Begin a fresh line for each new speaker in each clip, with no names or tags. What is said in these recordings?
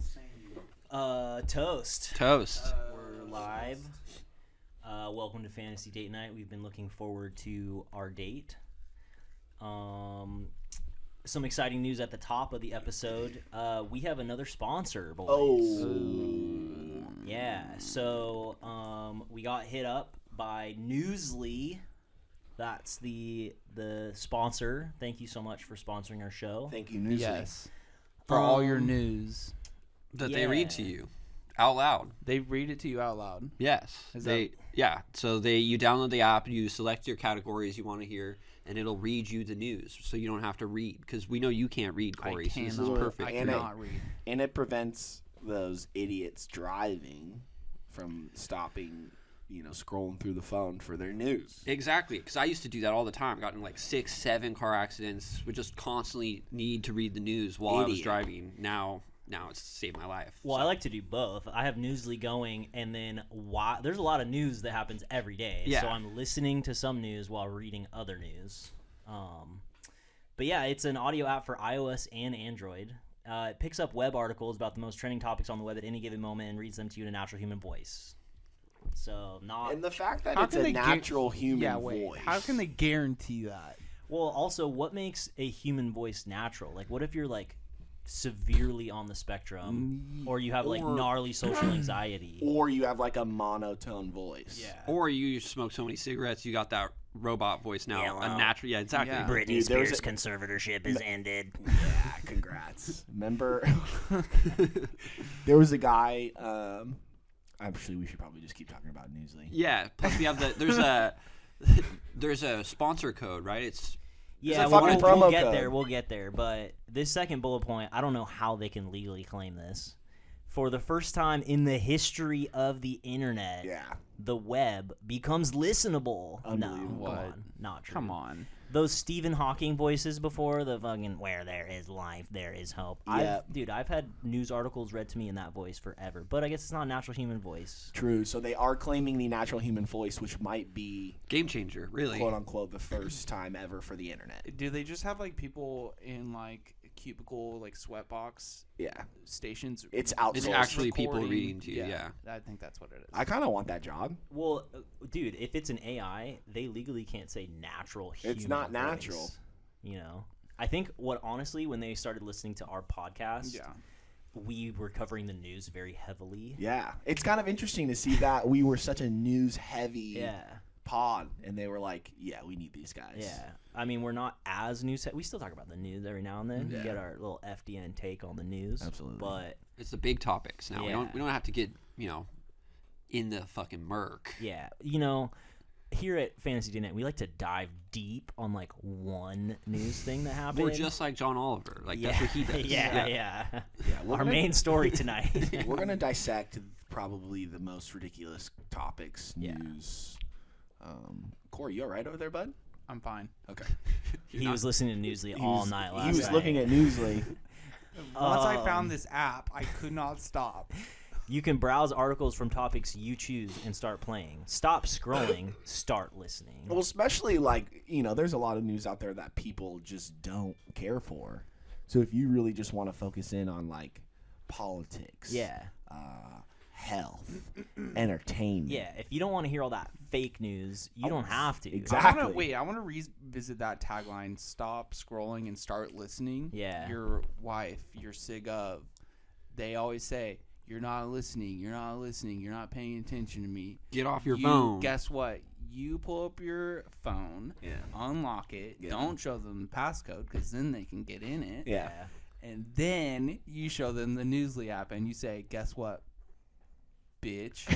saying?
Uh, toast.
Toast.
We're live. Uh, welcome to Fantasy Date Night. We've been looking forward to our date. Um, some exciting news at the top of the episode. Uh, we have another sponsor, boys.
Oh.
Yeah. So um, we got hit up by Newsly. That's the the sponsor. Thank you so much for sponsoring our show.
Thank you, Newsly.
Yes. For all your
Um,
news.
That they read to
Yeah.
you out loud.
They read it to you out loud.
Yes.
Is
they yeah. So they you download the app, you select your categories you want to hear, and it'll read you the news, so you don't have to read because we know you can't read, Corey. so this is
cannot-
perfect.
I
And it-
cannot read.
And it prevents those idiots driving from stopping, you know, scrolling through the phone for their news.
Exactly, because I used to do that all the time. Got in like six, seven car accidents. Would just constantly need to read the news while I was
Idiot.
driving. Now, now it's saved my life.
Well,
so.
I like to do both. I have Newsly going, and then why, there's a lot of news that happens every day. So
Yeah.
I'm listening to some news while reading other news. Um, but yeah, it's an audio app for iOS and Android. Uh, it picks up web articles about the most trending topics on the web at any given moment and reads them to you in a natural human voice. So not
And the fact that
How
it's
can
a
they gu-
natural human
yeah, wait.
voice.
How can they guarantee that?
well. Also, what makes a human voice natural? Like, what if you're like severely on the spectrum, or you have like
Or-
gnarly social anxiety?
Or you have like a monotone voice.
Or you smoke so many cigarettes, you got that robot voice now.
Yellow.
A natural, yeah, exactly.
Yeah.
Britney
Uh, Dude, there's
Spears'
a-
conservatorship is ended.
Yeah, congrats. Remember, there was a guy. Um, actually, we should probably just keep talking about Newsly.
Yeah. Plus, we have the there's a there's a sponsor code, right? It's
Yeah,
a
we'll,
fucking
we'll
promo
get
code.
there. We'll get there. But this second bullet point, I don't know how they can legally claim this. For the first time in the history of the internet,
Yeah.
the web becomes listenable.
Unbelievable.
No, come
What?
on, not true.
Come on.
Those Stephen Hawking voices before the fucking "Where there is life, there is hope."
Yep.
I've, dude, I've had news articles read to me in that voice forever. But I guess it's not a natural human voice.
True. So they are claiming the natural human voice, which might be
game changer, really.
quote unquote the first time ever for the internet.
Do they just have like people in like cubicle like sweatbox
Yeah.
stations?
It's outsourced.
It's actually people
recording?
reading to you, yeah.
I think that's what it is.
I kind of want that job.
Well, uh, dude, if it's an AI, they legally can't say natural. Human
not
voice,
natural.
you know, I think what honestly, when they started listening to our podcast,
yeah.
we were covering the news very heavily.
Yeah. It's kind of interesting to see that we were such a news heavy
Yeah,
pod, and they were like, "Yeah, we need these guys."
yeah. I mean, we're not as news. We still talk about the news every now and then. We get our little FDN take on the news.
Absolutely.
But
It's the big topics now. We
Yeah.
don't we don't have to get you know in the fucking murk.
yeah, you know, here at Fantasy Day Night, we like to dive deep on like one news thing that happened.
We're just like John Oliver, like
yeah,
that's what he does.
yeah, yeah.
Yeah. We're
Our
gonna,
main story tonight.
we're gonna dissect probably the most ridiculous topics
Yeah.
news. Um, Corey, you all right over there, bud?
I'm fine.
Okay.
You're
He
not-
was listening to
He
Newsly all
was-
night last
He was
night.
looking at Newsly.
Once I
Um,
found this app, I could not stop.
You can browse articles from topics you choose and start playing. Stop scrolling, start listening.
Well, especially like you know, there's a lot of news out there that people just don't care for. So if you really just want to focus in on like politics,
Yeah.
uh, health, entertainment,
Yeah, if you don't want to hear all that fake news, you don't have to.
Exact-
I
Exactly.
wanna, wait, I want to revisit that tagline. Stop scrolling and start listening.
Yeah.
Your wife, your sig of, they always say, you're not listening, you're not listening, you're not paying attention to me.
Get off your
You-
phone.
Guess what? You pull up your phone,
Yeah.
unlock it,
Yeah.
don't show them the passcode because then they can get in it.
yeah.
Yeah.
And then you show them the Newsly app and you say, guess what? Bitch.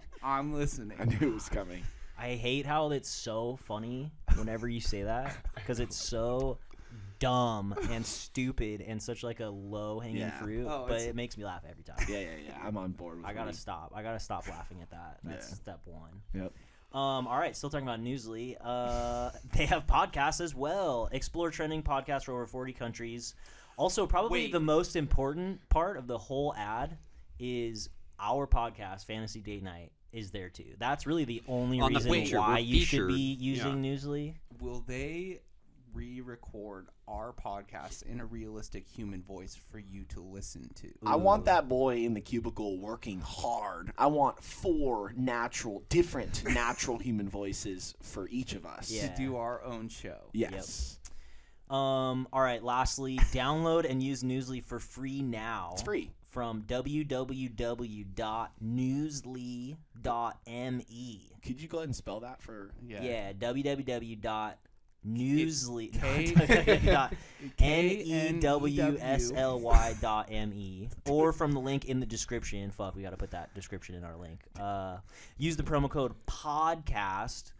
I'm listening.
I knew it was coming.
I hate how it's so funny whenever you say that because it's so dumb and stupid and such like a low hanging
Yeah.
fruit,
Oh,
but
it's-
it makes me laugh every time.
Yeah, yeah, yeah. I'm on board with.
I gotta
Woody.
stop. I gotta stop laughing at that. That's
Yeah.
step one.
Yep.
Um, all right, still talking about Newsly. Uh, they have podcasts as well. Explore trending podcasts for over 40 countries. Also, probably
Wait.
the most important part of the whole ad is our podcast, Fantasy Date Night, is there too. That's really the only
On the
reason
feature,
why
we're
you should be using
featured.
Newsly.
Will they re-record our podcast in a realistic human voice for you to listen to.
I want that boy in the cubicle working hard. I want four natural, different natural human voices for each of us.
Yeah.
To do our own show.
Yes.
Um, all right. Lastly, download and use Newsly for free now.
It's free.
From www.newsly.me.
Could you go ahead and spell that for?
Yeah,
Yeah.
www.newsly.
K- E
dot E
K-N-E-W.
N-E-W-S-L-Y dot M-E. Or from the link in the description. Fuck, we got to put that description in our link. Uh, use the promo code PODCAST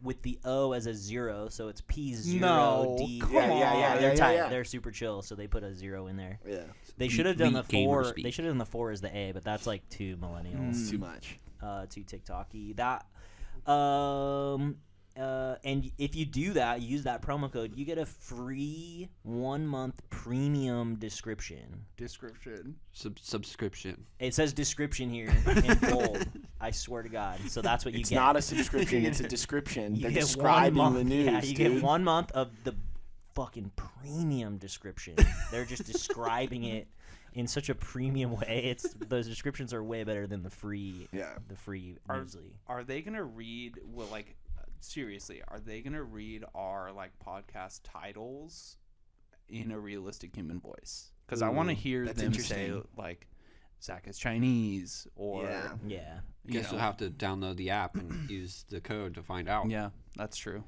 with the O as a zero, E. so it's P0D.
No, come
Yeah, yeah, yeah,
They're
yeah,
tight.
yeah.
They're super chill, so they put a zero in there.
Yeah.
They should have done the
elite gamer
four.
speak.
They should have done the four as the A, but that's like too millennials
It's too much.
uh, to TikToky. That, um, uh, and if you do that, use that promo code, you get a free one month premium description.
Description.
Sub- subscription.
It says description here in bold. I swear to God. So that's what you
It's
get.
not a subscription. it's a description.
you
They're
get one
describing the
month-
news.
Yeah, you
dude.
get one month of the fucking premium description. They're just describing it in such a premium way. It's those descriptions are way better than the free.
Yeah.
The free
Are-
Newsly.
Are they gonna read? Well, like uh, seriously, are they gonna read our like podcast titles in a realistic human voice? Because I want to
Ooh,
hear
that's
them say
interesting.
like Zach is Chinese or
Yeah.
Yeah.
you
Guess you'll
know.
have to download the app and use the code to find out.
yeah, that's true.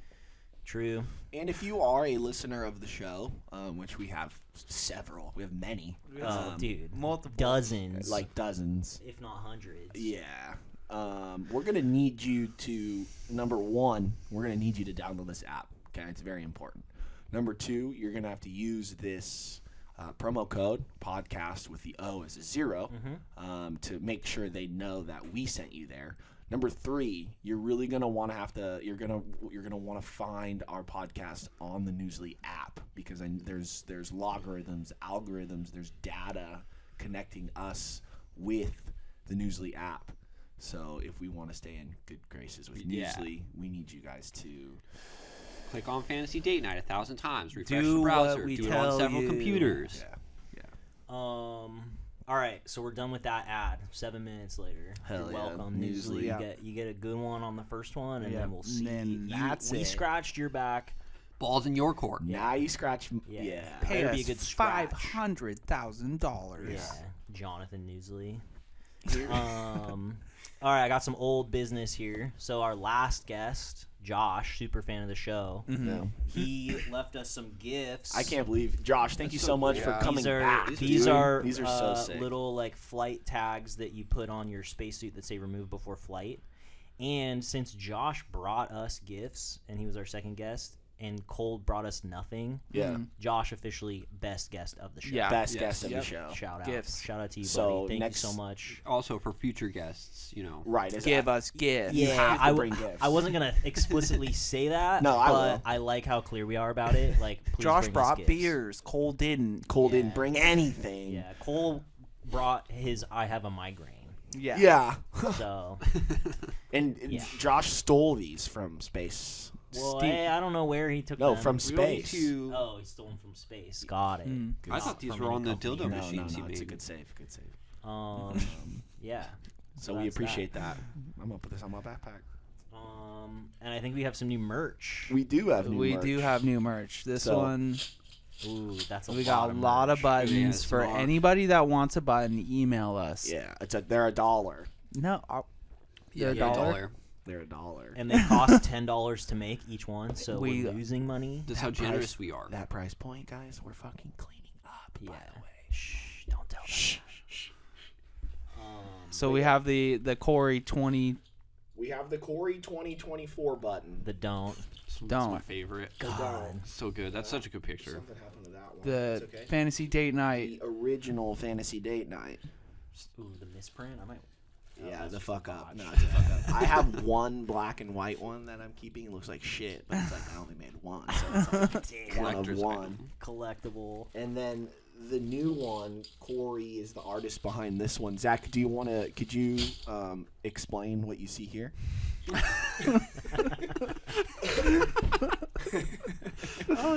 True.
And if you are a listener of the show, um, which we have several, we have many,
Oh,
um,
dude.
Multiple.
Dozens.
like dozens.
if not hundreds.
Yeah. Um, we're going to need you to, number one, we're going to need you to download this app. Okay. It's very important. Number two, you're going to have to use this uh, promo code podcast with the O as a 0 um, to make sure they know that we sent you there. Number three, you're really gonna want to have to. You're gonna you're gonna want to find our podcast on the Newsly app because I, there's there's logarithms, algorithms, there's data connecting us with the Newsly app. So if we want to stay in good graces with
Yeah.
Newsly, we need you guys to.
Click on Fantasy Date Night a thousand times. Refresh
Do
the
what
browser.
we
Do it on
tell
several
you.
computers.
Um. All right, so we're done with that ad. Seven minutes later.
Hell
You're
yeah.
welcome, Newsly.
Newsly.
You
Yeah.
get you get a good one on the first one, and
Yeah,
then we'll see.
then
you-
that's
we
it.
scratched your back.
Balls in your court.
Now you scratch. m-
Yeah.
Yeah.
Pay
That'd
us
be a good scratch.
five hundred thousand dollars.
Yeah, Jonathan Newsley. um, all right, I got some old business here. So our last guest, Josh, super fan of the show,
No.
he left us some gifts.
Mm-hmm. I can't believe Josh. Thank you
so
so much
cool.
for
Yeah.
coming
these are
back.
these
dude.
are,
these are
uh,
so sick.
little like flight tags that you put on your spacesuit that say remove before flight. And since Josh brought us gifts and he was our second guest, and Cole brought us nothing,
yeah.
Josh officially best guest of the show.
Yeah.
Best
Yes.
guest of
Yep.
the show.
Shout out.
Gifts.
Shout out to you, buddy.
So
Thank
next-
you so much.
Also for future guests, you know.
Right. Is
Give us gifts.
You
Yeah,
have to
I, w-
bring gifts.
I wasn't gonna explicitly say that.
No, I
but
will.
I like how clear we are about it. Like, please
Josh
bring us
brought
gifts.
beers. Cole didn't.
Cole
Yeah.
didn't bring anything.
Yeah, Cole brought his. I have a migraine.
Yeah.
Yeah.
So
And and
Yeah.
Josh stole these from space.
Well,
Steve.
hey, I don't know where he took
No,
them.
from
We don't need
space.
to-
Oh, he stole them from space. Got it.
Mm.
I thought these
from
were
any
on the
company.
dildo
no, no, no,
machines he
it's a
made.
good save. Good save.
Um, yeah.
So we
that's that.
appreciate that. I'm gonna put this on my backpack.
Um, and I think we have some new merch.
We do have new
We
merch.
do have new merch. This
So-
one
Ooh, that's a
we
lot
got a
of
lot
merch.
of buttons
Yeah, it's a
for
lot.
anybody that wants a button. Email us.
Yeah, it's a, they're a dollar.
No, uh, I'll-
Yeah,
They're
yeah,
dollar.
dollar.
They're a dollar.
And they cost ten dollars to make each one, so we,
We-
are losing money.
That's how
That price-
generous we are.
that price point, guys, we're fucking cleaning up.
Yeah.
By the way.
Shh, don't tell them. Um,
so we have the the Corey twenty.
We have the Corey 2024 button.
the don't.
It's- it's my
Don't.
favorite.
God.
So good. That's such a good picture.
happened to that one.
The fantasy date night.
original fantasy date night.
Ooh, the misprint. I might.
Yeah, the fuck up. No, it's a fuck up. I have one black and white one that I'm keeping. It looks like shit, but it's like I only made one, so it's like one of
Collector's
one.
item.
Collectible.
And then the new one, Corey is the artist behind this one. Zach, do you want to? Could you um, explain what you see here?
oh,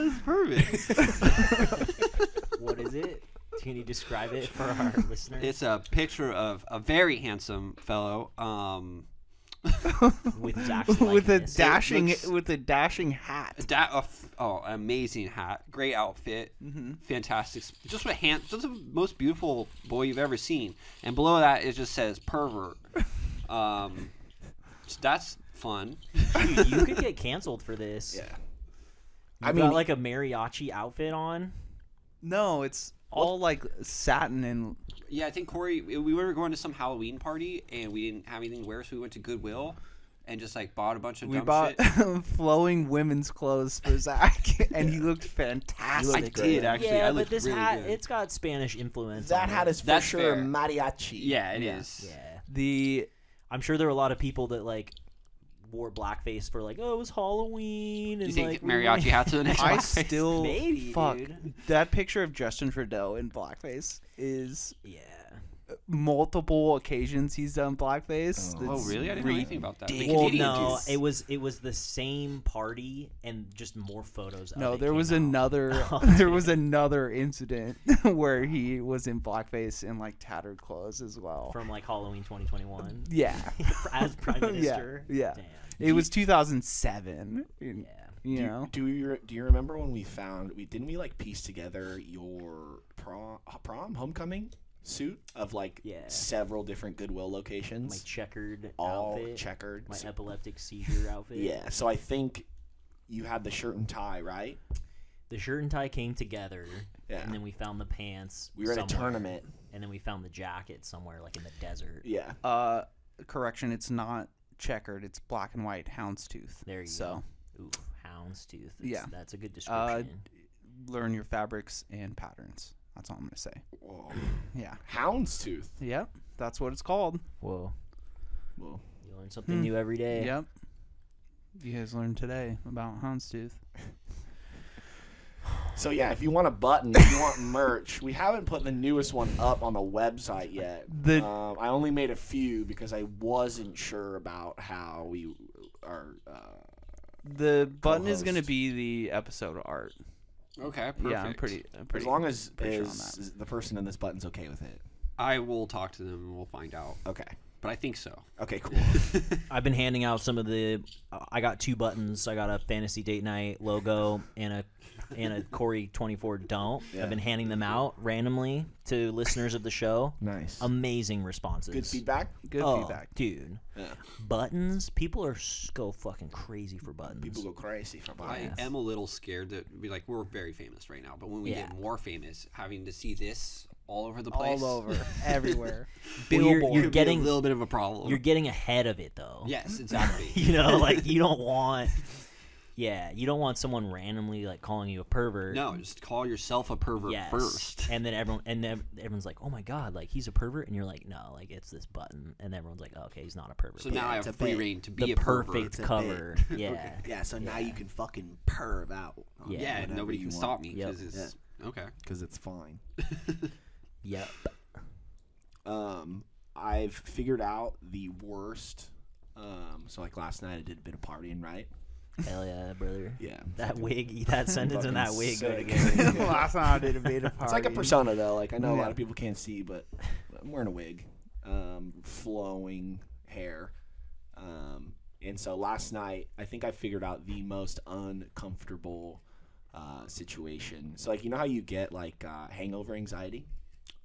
it's perfect.
What is it? Can you describe it for our listeners
It's a picture of a very handsome fellow. Um,
with Zach's
with a
likeness?
dashing
looks-
with a dashing hat.
that oh, f- oh, amazing hat, great outfit, fantastic, s- just what hand, just the most beautiful boy you've ever seen. And below that, it just says pervert. Um, so that's fun.
Dude, you could get canceled for this.
Yeah.
I
I
mean,
mean,
got like a mariachi outfit on.
No, it's all like satin and
Yeah, I think Corey. We we were going to some Halloween party and we didn't have anything to wear, so we went to Goodwill and just like bought a bunch of
we
dumb
bought
shit.
flowing women's clothes for Zach, and he looked fantastic.
I did actually.
yeah,
I
but
looked
this
really
hat,
good.
it's got Spanish influence.
that
on
hat
it.
is for
That's
sure
fair.
mariachi.
yeah, it is.
Yeah.
The
I'm sure there were a lot of people that like wore blackface for like, oh, it was Halloween. And,
You think
like, we
mariachi
wanna-
hat to the next?
I
blackface?
still
Maybe,
fuck
dude.
that picture of Justin Trudeau in blackface is
Yeah.
multiple occasions he's done blackface.
Oh.
Oh
It's
really? I didn't know anything about that. The
Well,
Canadian
no,
dude.
it was it was the same party and just more photos. of
No,
it
there
Oh, came
was
out.
another
Oh,
there was another incident where he was in blackface and like tattered clothes as well.
from like Halloween 2021
yeah.
as prime
Yeah,
minister.
yeah.
Damn.
It was 2007. You
Yeah.
Do, you-
know.
do you do you remember when we found we didn't we like piece together your prom prom homecoming suit of like
Yeah.
several different Goodwill
My
locations,
checkered
all
outfit.
checkered.
my
So-
epileptic seizure outfit.
yeah, so I think you had the shirt and tie, right?
The shirt and tie came together,
Yeah.
and then we found the pants.
We were at a
somewhere,
tournament.
and then we found the jacket somewhere, like in the desert.
Yeah.
Uh correction, it's not checkered, it's black and white houndstooth.
There you
so,
go. Ooh, houndstooth. That's,
Yeah.
that's a
Uh,
good description.
learn your fabrics and patterns. That's all I'm going to say.
Whoa.
Yeah.
Houndstooth.
Yep. That's what it's called.
Whoa,
Whoa.
you learn something
Hmm.
new every day.
Yep. You guys learned today about houndstooth.
So yeah, if you want a button, if you want merch, we haven't put the newest one up on the website yet.
The-
um, I only made a few because I wasn't sure about how we are. Uh,
The button is going to
Co-host.
be the episode art.
okay. Perfect.
Yeah, I'm pretty I'm pretty
as long as,
pretty sure on
as the person in this button's okay with it.
I will talk to them and we'll find out.
Okay.
But I think so.
Okay. Cool.
I've been handing out some of the. I got two buttons. I got a fantasy date night logo and a and a Corey 24 don't.
Yeah.
I've been handing them out randomly to listeners of the show.
nice.
Amazing responses.
Good feedback.
Good
Oh,
feedback.
dude.
Yeah.
Buttons, people are s- go fucking crazy for buttons.
People go crazy for buying.
I
Yes.
am a little scared that we like we're very famous right now, but when we
Yeah.
get more famous, having to see this all over the place,
All over, everywhere.
Well, you're-
Billboard.
you're
could be
getting
a little bit of a problem.
you're getting ahead of it though.
yes, exactly.
You know, like you don't want Yeah, you don't want someone randomly like calling you a pervert.
no, just call yourself a pervert
Yes.
first.
And then everyone and then everyone's like, "Oh my god, like he's a pervert." And you're like, "No, like it's this button." And everyone's like, oh, "Okay, he's not a pervert."
So
But
now I
it's
have
a
free
bit.
reign to
the
be a pervert.
perfect
It's a bit.
cover. Yeah.
Yeah. So now you can fucking perv out. on
Yeah.
Yeah,
whatever
nobody
you
can
want,
stop me
Yep.
because it's okay.
Cause it's fine.
Yep.
um, I've figured out the worst. Um, so like last night, I did a bit of partying, right?
Hell yeah, brother.
Yeah.
That wig, that sentence and that
fucking
wig go
sick.
together.
Last time I did a beta party.
It's like a persona though. Like I know a
Yeah.
lot of people can't see, but I'm wearing a wig, um, flowing hair, um, and so last night I think I figured out the most uncomfortable uh, situation. So like you know how you get like uh, hangover anxiety,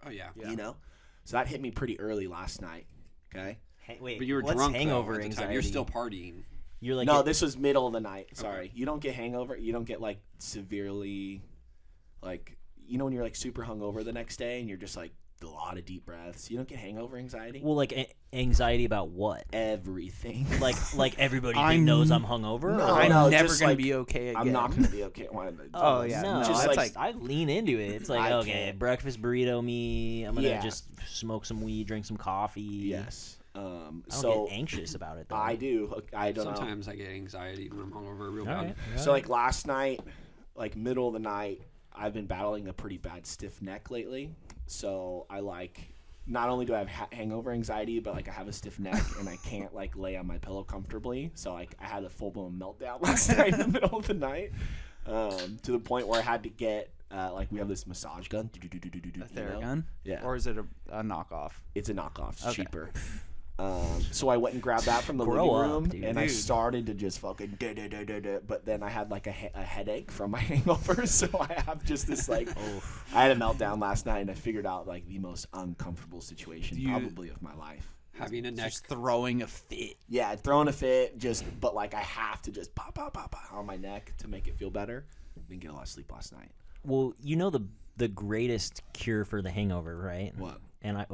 Oh yeah.
you know, so that hit me pretty early last night. Okay.
Hang- wait,
But you were
what's
drunk though,
hangover
at the
anxiety?
time. You're still partying.
You're like
no,
it-
this was middle of the night. Sorry, you don't get hangover. You don't get like severely, like you know when you're like super hungover the next day and you're just like a lot of deep breaths. You don't get hangover anxiety.
well, like a- anxiety about what?
Everything.
Like like everybody
I'm-
knows I'm hungover.
No,
or
I
I'm
what?
know,
never
just
gonna
like-
be okay again.
I'm not gonna be okay. Why-
Oh, yeah.
No,
just
it's
like,
like, I lean into it. It's like
I
okay,
can't.
breakfast burrito me. I'm gonna
Yeah.
just smoke some weed, drink some coffee.
yes. Um.
I don't
So
get anxious about it though.
I do. I don't know.
Sometimes I get anxiety when I'm hungover real
All
bad.
right,
So like last night, like middle of the night, I've been battling a pretty bad stiff neck lately. So I like not only do I have ha- hangover anxiety, but like I have a stiff neck and I can't like lay on my pillow comfortably. So like I had a full blown meltdown last night in the middle of the night. um, to the point where I had to get uh, like we have this massage gun.
A
you know?
Theragun?
Yeah.
Or is it a, a knockoff?
It's a knockoff. It's
Okay.
cheaper. Um, so I went and grabbed that from the
Grow
living
up,
room,
dude.
and I
Dude.
started to just fucking da da da da da. But then I had like a, he- a headache from my hangover, so I have just this like. I had a meltdown last night, and I figured out like the most uncomfortable situation
Do you-
probably of my life.
Having a neck.
Just throwing a fit.
Yeah, I'd thrown a fit, just but like I have to just pop pop pop pop on my neck to make it feel better. Didn't get a lot of sleep last night.
Well, you know the the greatest cure for the hangover, right?
What?
And I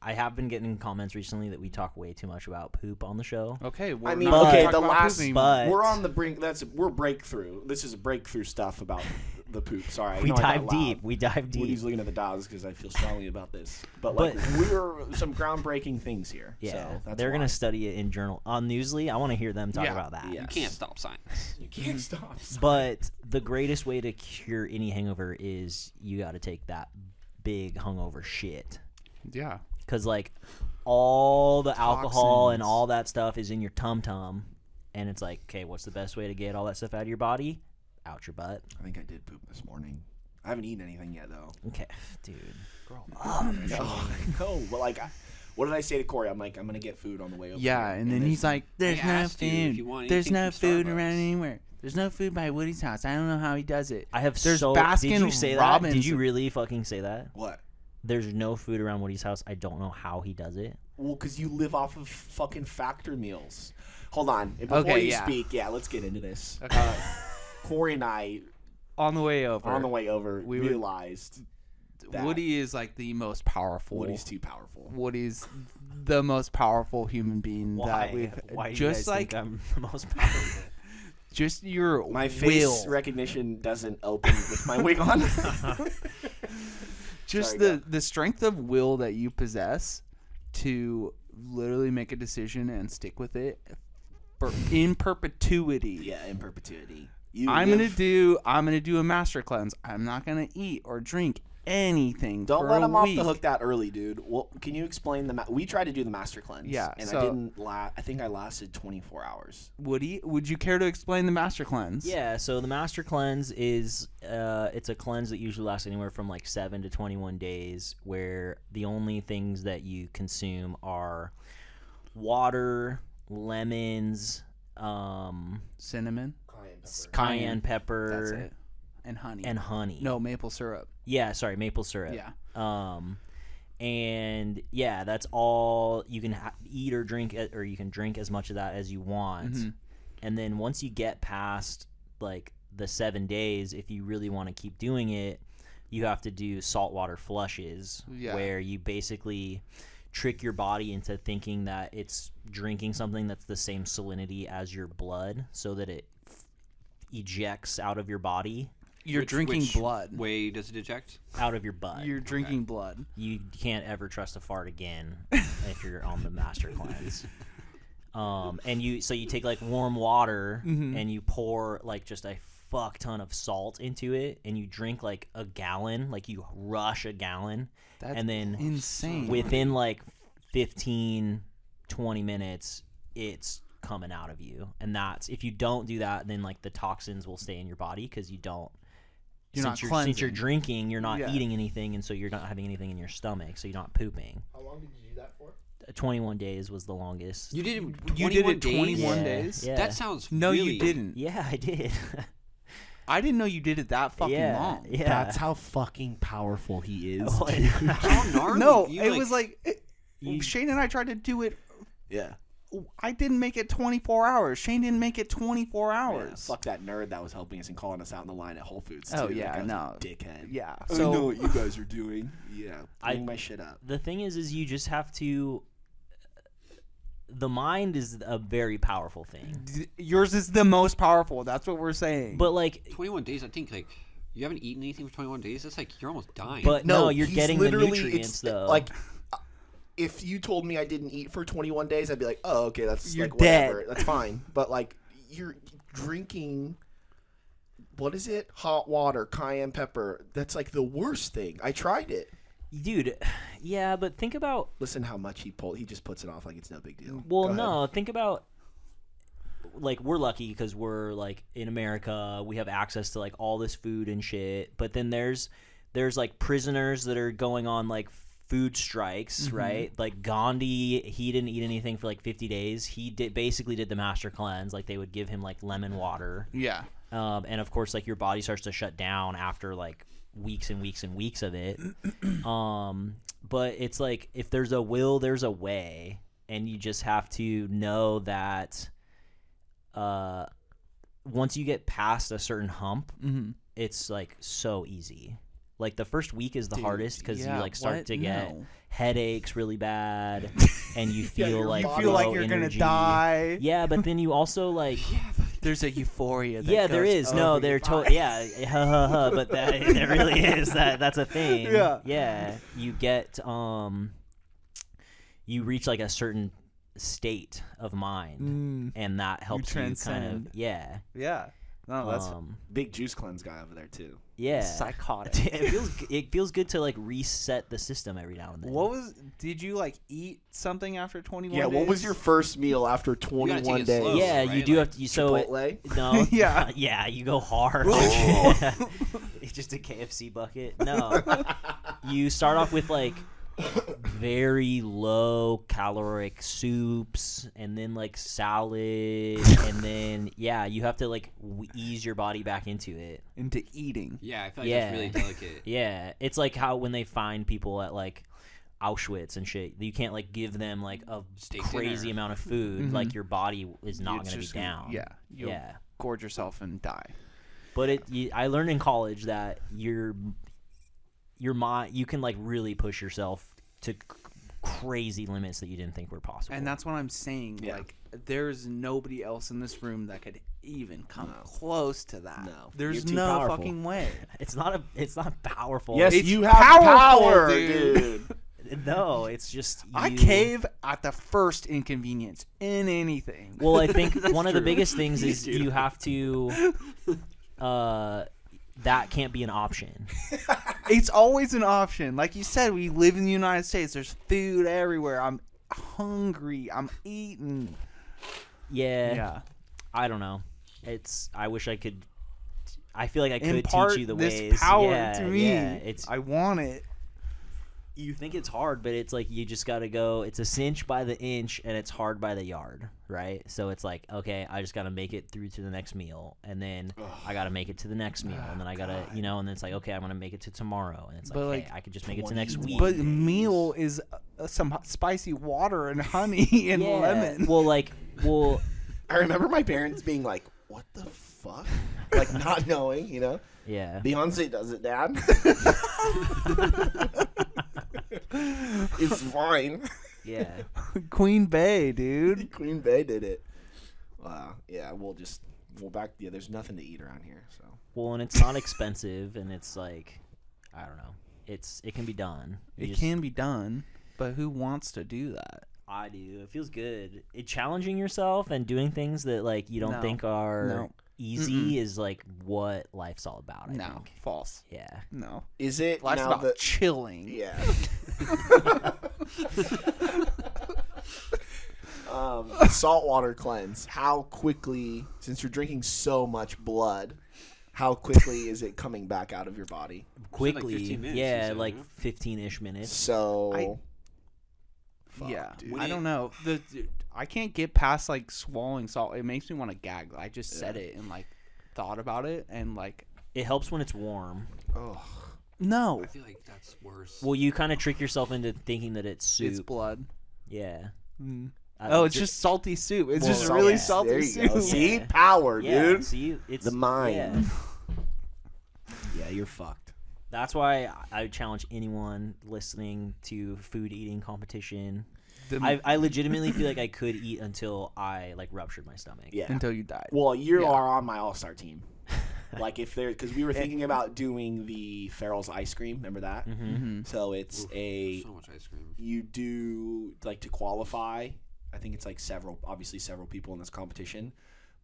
I have been getting comments recently that we talk way too much about poop on the show.
Okay, we're
mean,
not
okay,
talking
the
about
last
pooping.
spot-
We're
But-
on the brink. That's we're breakthrough. This is breakthrough stuff about the poop. Sorry, I
We
know I got
dive
loud.
deep. We dive deep.
Woody's looking at the dials because I feel strongly about this. But like
But-
we're some groundbreaking things here.
yeah,
so that's
they're
why.
gonna study it in journal on Newsly. I want to hear them talk
Yeah,
about that.
yeah.
You can't stop science.
You can't stop.
But the greatest way to cure any hangover is you got to take that big hungover shit.
Yeah.
Because, like, all the alcohol and
Toxins.
all that stuff is in your tum tum. And it's like, okay, what's the best way to get all that stuff out of your body? Out your butt.
I think I did poop this morning. I haven't eaten anything yet though.
Okay, dude.
No, no. But like, I, what did I say to Corey? I'm like, I'm gonna get food on the way over.
Yeah,
here.
and then
they-
he's like, "There's no
asked you if
food.
you want
There's
anything
no
from
food
Starbucks."
around anywhere. There's no food by Woody's house. I don't know how he does it."
I have
There's
so. did you
Baskin
say that? Did
Robbins-
you really fucking say that?
what?
There's no food around Woody's house. I don't know how he does it.
Well, because you live off of fucking factor meals. Hold on. and Before
Okay,
you
yeah.
speak, yeah, let's get into this. Uh, Corey and I,
on the way over,
on the way over,
We were-
realized that
Woody is like the most powerful.
Woody's too powerful.
Woody's the most powerful human being
Why?
that we've
Why do you
just
guys
like
think I'm the most powerful?
just your
My face
will,
recognition doesn't open with my wig on.
just
Sorry,
the the strength of will that you possess to literally make a decision and stick with it for in perpetuity.
yeah, in perpetuity. You
I'm
live-
gonna do. I'm gonna do a master cleanse. I'm not gonna eat or drink anything.
Don't
for
let
a
him off
week.
the hook that early, dude. Well, can you explain the? Ma- we tried to do the master cleanse.
Yeah,
and I
so-
didn't. La- I think I lasted 24 hours.
Woody, would you care to explain the master cleanse?
Yeah, so the master cleanse is uh, it's a cleanse that usually lasts anywhere from like seven to twenty one days, where the only things that you consume are water, lemons, um,
Cinnamon.
s- cayenne
That's
pepper,
it. And honey.
and honey.
no maple syrup.
yeah, sorry, maple syrup.
Yeah.
Um, and yeah, that's all you can ha- eat or drink, a- or you can drink as much of that as you want.
Mhm.
And then once you get past like the seven days, if you really want to keep doing it, you have to do saltwater flushes,
Yeah.
where you basically trick your body into thinking that it's drinking something that's the same salinity as your blood, so that it f- ejects out of your body,
You're
Which-
drinking
which
blood.
Way does it eject?
out of your butt.
You're drinking blood.
you can't ever trust a fart again if you're on the master cleanse. Um, and you so you take like warm water
Mm-hmm.
and you pour like just a fuck ton of salt into it, and you drink like a gallon, like you rush a gallon,
That's
and then
insane.
within like 15, 20 minutes, it's coming out of you, and that's if you don't do that, then like the toxins will stay in your body because you don't since
You're not
you're since you're
cleansing.
drinking, you're not
Yeah.
eating anything, and so you're not having anything in your stomach, so you're not pooping.
How long did you do that for?
Uh, 21 days was the longest.
You did it.
you did it
21
yeah,
days?
21 days?
Yeah.
That sounds
no,
really-
you didn't.
yeah, I did.
I didn't know you did it that fucking
yeah,
long.
Yeah.
That's how fucking powerful he is.
Well,
How gnarly.
No,
You,
it was like it-
You-
Shane and I tried to do it.
yeah.
I didn't make it 24 hours. Shane didn't make it 24
Yeah,
hours.
Fuck that nerd that was helping us and calling us out in the line at Whole Foods.
Oh,
too. That
yeah,
guy was a
no.
dickhead.
Yeah.
I know
So
what you guys are doing. Yeah,
I-
bring my shit up.
the thing is, is you just have to. The mind is a very powerful thing,
d- yours is the most powerful. That's what we're saying.
but like,
21 days, I think, like, you haven't eaten anything for 21 days? That's like, you're almost dying.
but no, you're
he's
getting the
literally-
nutrients
it's
though.
Like, uh, if you told me I didn't eat for 21 days, I'd be like, oh, okay, that's
You're
like whatever,
dead.
that's fine. But like, you're drinking. What is it? Hot water, cayenne pepper. That's like the worst thing. I tried it.
dude, yeah, but think about
Listen how much he pulled. He just puts it off like it's no big deal.
Well,
Go ahead.
no, think about like we're lucky because we're like in America, we have access to like all this food and shit. But then there's there's like prisoners that are going on like food strikes, right? Like Gandhi, he didn't eat anything for like 50 days. He did basically did the master cleanse. Like they would give him like lemon water,
Yeah.
um, and of course like your body starts to shut down after like weeks and weeks and weeks of it um but it's like if there's a will there's a way and you just have to know that uh once you get past a certain hump
Mm-hmm.
it's like so easy like the first week is the hardest 'cause hardest because you like start to get headaches really bad and you feel like
you feel like
low
you're
energy.
gonna die.
yeah but then you also like
There's a euphoria. That
yeah, there
goes
is. No,
over
they're
your
to-
body.
yeah, ha, ha, ha, but that there really is that that's a thing.
Yeah.
yeah. You get um, you reach like a certain state of mind,
Mm,
and that helps you, kind
transcend.
of yeah,
yeah. No, that's
um,
Big juice cleanse guy over there too.
yeah.
psychotic.
it feels g- it feels good to like reset the system every now and then.
What was? Did you like eat something after 21?
Yeah, what was your first meal after
gotta
21
take it
days?
slow.
yeah,
right?
you do
Like
have to. You, so it-
Chipotle?
no,
Yeah.
yeah, you go hard. It's just a KFC bucket. No, you start off with like very low caloric soups, and then like salad, and then yeah, you have to like w- ease your body back into it.
into eating?
Yeah, I feel like
Yeah.
that's really delicate.
Yeah, it's like how when they find people at like Auschwitz and shit, you can't like give them like a
Steak
crazy
dinner.
amount of food. Like your body is not
Mm-hmm. It's
going to
just
be down.
Yeah, you'll
yeah.
gorge yourself and die.
But it, you, I learned in college that your your mind, you can like really push yourself to c- crazy limits that you didn't think were possible.
And that's what I'm saying.
Yeah.
Like, there's nobody else in this room that could even come close to that.
No.
there's
You're too
no
powerful.
fucking way.
it's not a, it's not powerful.
Yes,
It's
you have
powerful,
power,
dude.
dude.
no, it's just you,
I cave at the first inconvenience in anything.
Well, I think one of the
true.
biggest things
You
is
do.
you have to. Uh, that can't be an option.
It's always an option. Like you said, we live in the United States. There's food everywhere. I'm hungry. I'm eating.
Yeah,
Yeah.
I don't know. It's. I wish I could. I feel like I could
Impart
teach you the
this
ways.
power
yeah,
to me.
Yeah, it's
I want it.
you think it's hard, but it's like you just got to go. It's a cinch by the inch, and it's hard by the yard, right? So it's like, okay, I just got to make it through to the next meal, and then I got to make it to the next meal, and then I got to, you know, and then it's like, okay, I'm gonna make it to tomorrow, and it's like,
But,
hey,
like,
I could just make it to next week.
21
But meal is uh, some hot- spicy water and honey and
Yeah,
lemon.
Well, like, well,
I remember my parents being like, "What the fuck?" Like not knowing, you know.
yeah.
Beyonce does it, Dad. it's fine.
Yeah.
Queen Bay, dude.
Queen Bay did it. Wow. Yeah, we'll just we'll back. Yeah, there's nothing to eat around here, so
Well, and it's not expensive, and it's like, I don't know. It's it can be done. You
It
just-
can be done, but who wants to do that?
I do. It feels good. It challenging yourself and doing things that like you don't
No.
think are
No.
easy is like what life's all about. I
No,
think.
false.
Yeah.
No,
is it
life's
now
about
that
chilling.
yeah. um, saltwater cleanse. How quickly, since you're drinking so much blood, how quickly is it coming back out of your body?
Quickly.
15 minutes, you
yeah,
said,
like
no?
fifteen ish minutes.
So
I-
Fuck,
yeah,
dude.
I don't know. The I can't get past like swallowing salt. It makes me want to gag. I just said it and like thought about it and like
It helps when it's warm.
Ugh.
no,
I feel like that's worse.
Well, you kind of trick yourself into thinking that it's soup.
it's blood.
yeah.
Mm.
I-
Oh, it's just salty soup. It's
Well,
just
salt-
really
yeah,
salty
there you
soup.
go. See,
Yeah.
power,
yeah.
dude.
See, it's
The
yeah.
mind. Yeah. you're fucked.
That's why I I challenge anyone listening to food eating competition.
The-
I, I legitimately feel like I could eat until I like ruptured my stomach.
Yeah.
until you died.
well, you
Yeah.
are on my all star team. like if there, because we were thinking about doing the Farrell's ice cream. Remember that?
Mm-hmm.
hmm
So it's a
so much ice cream.
you do like to qualify i think it's like several obviously several people in this competition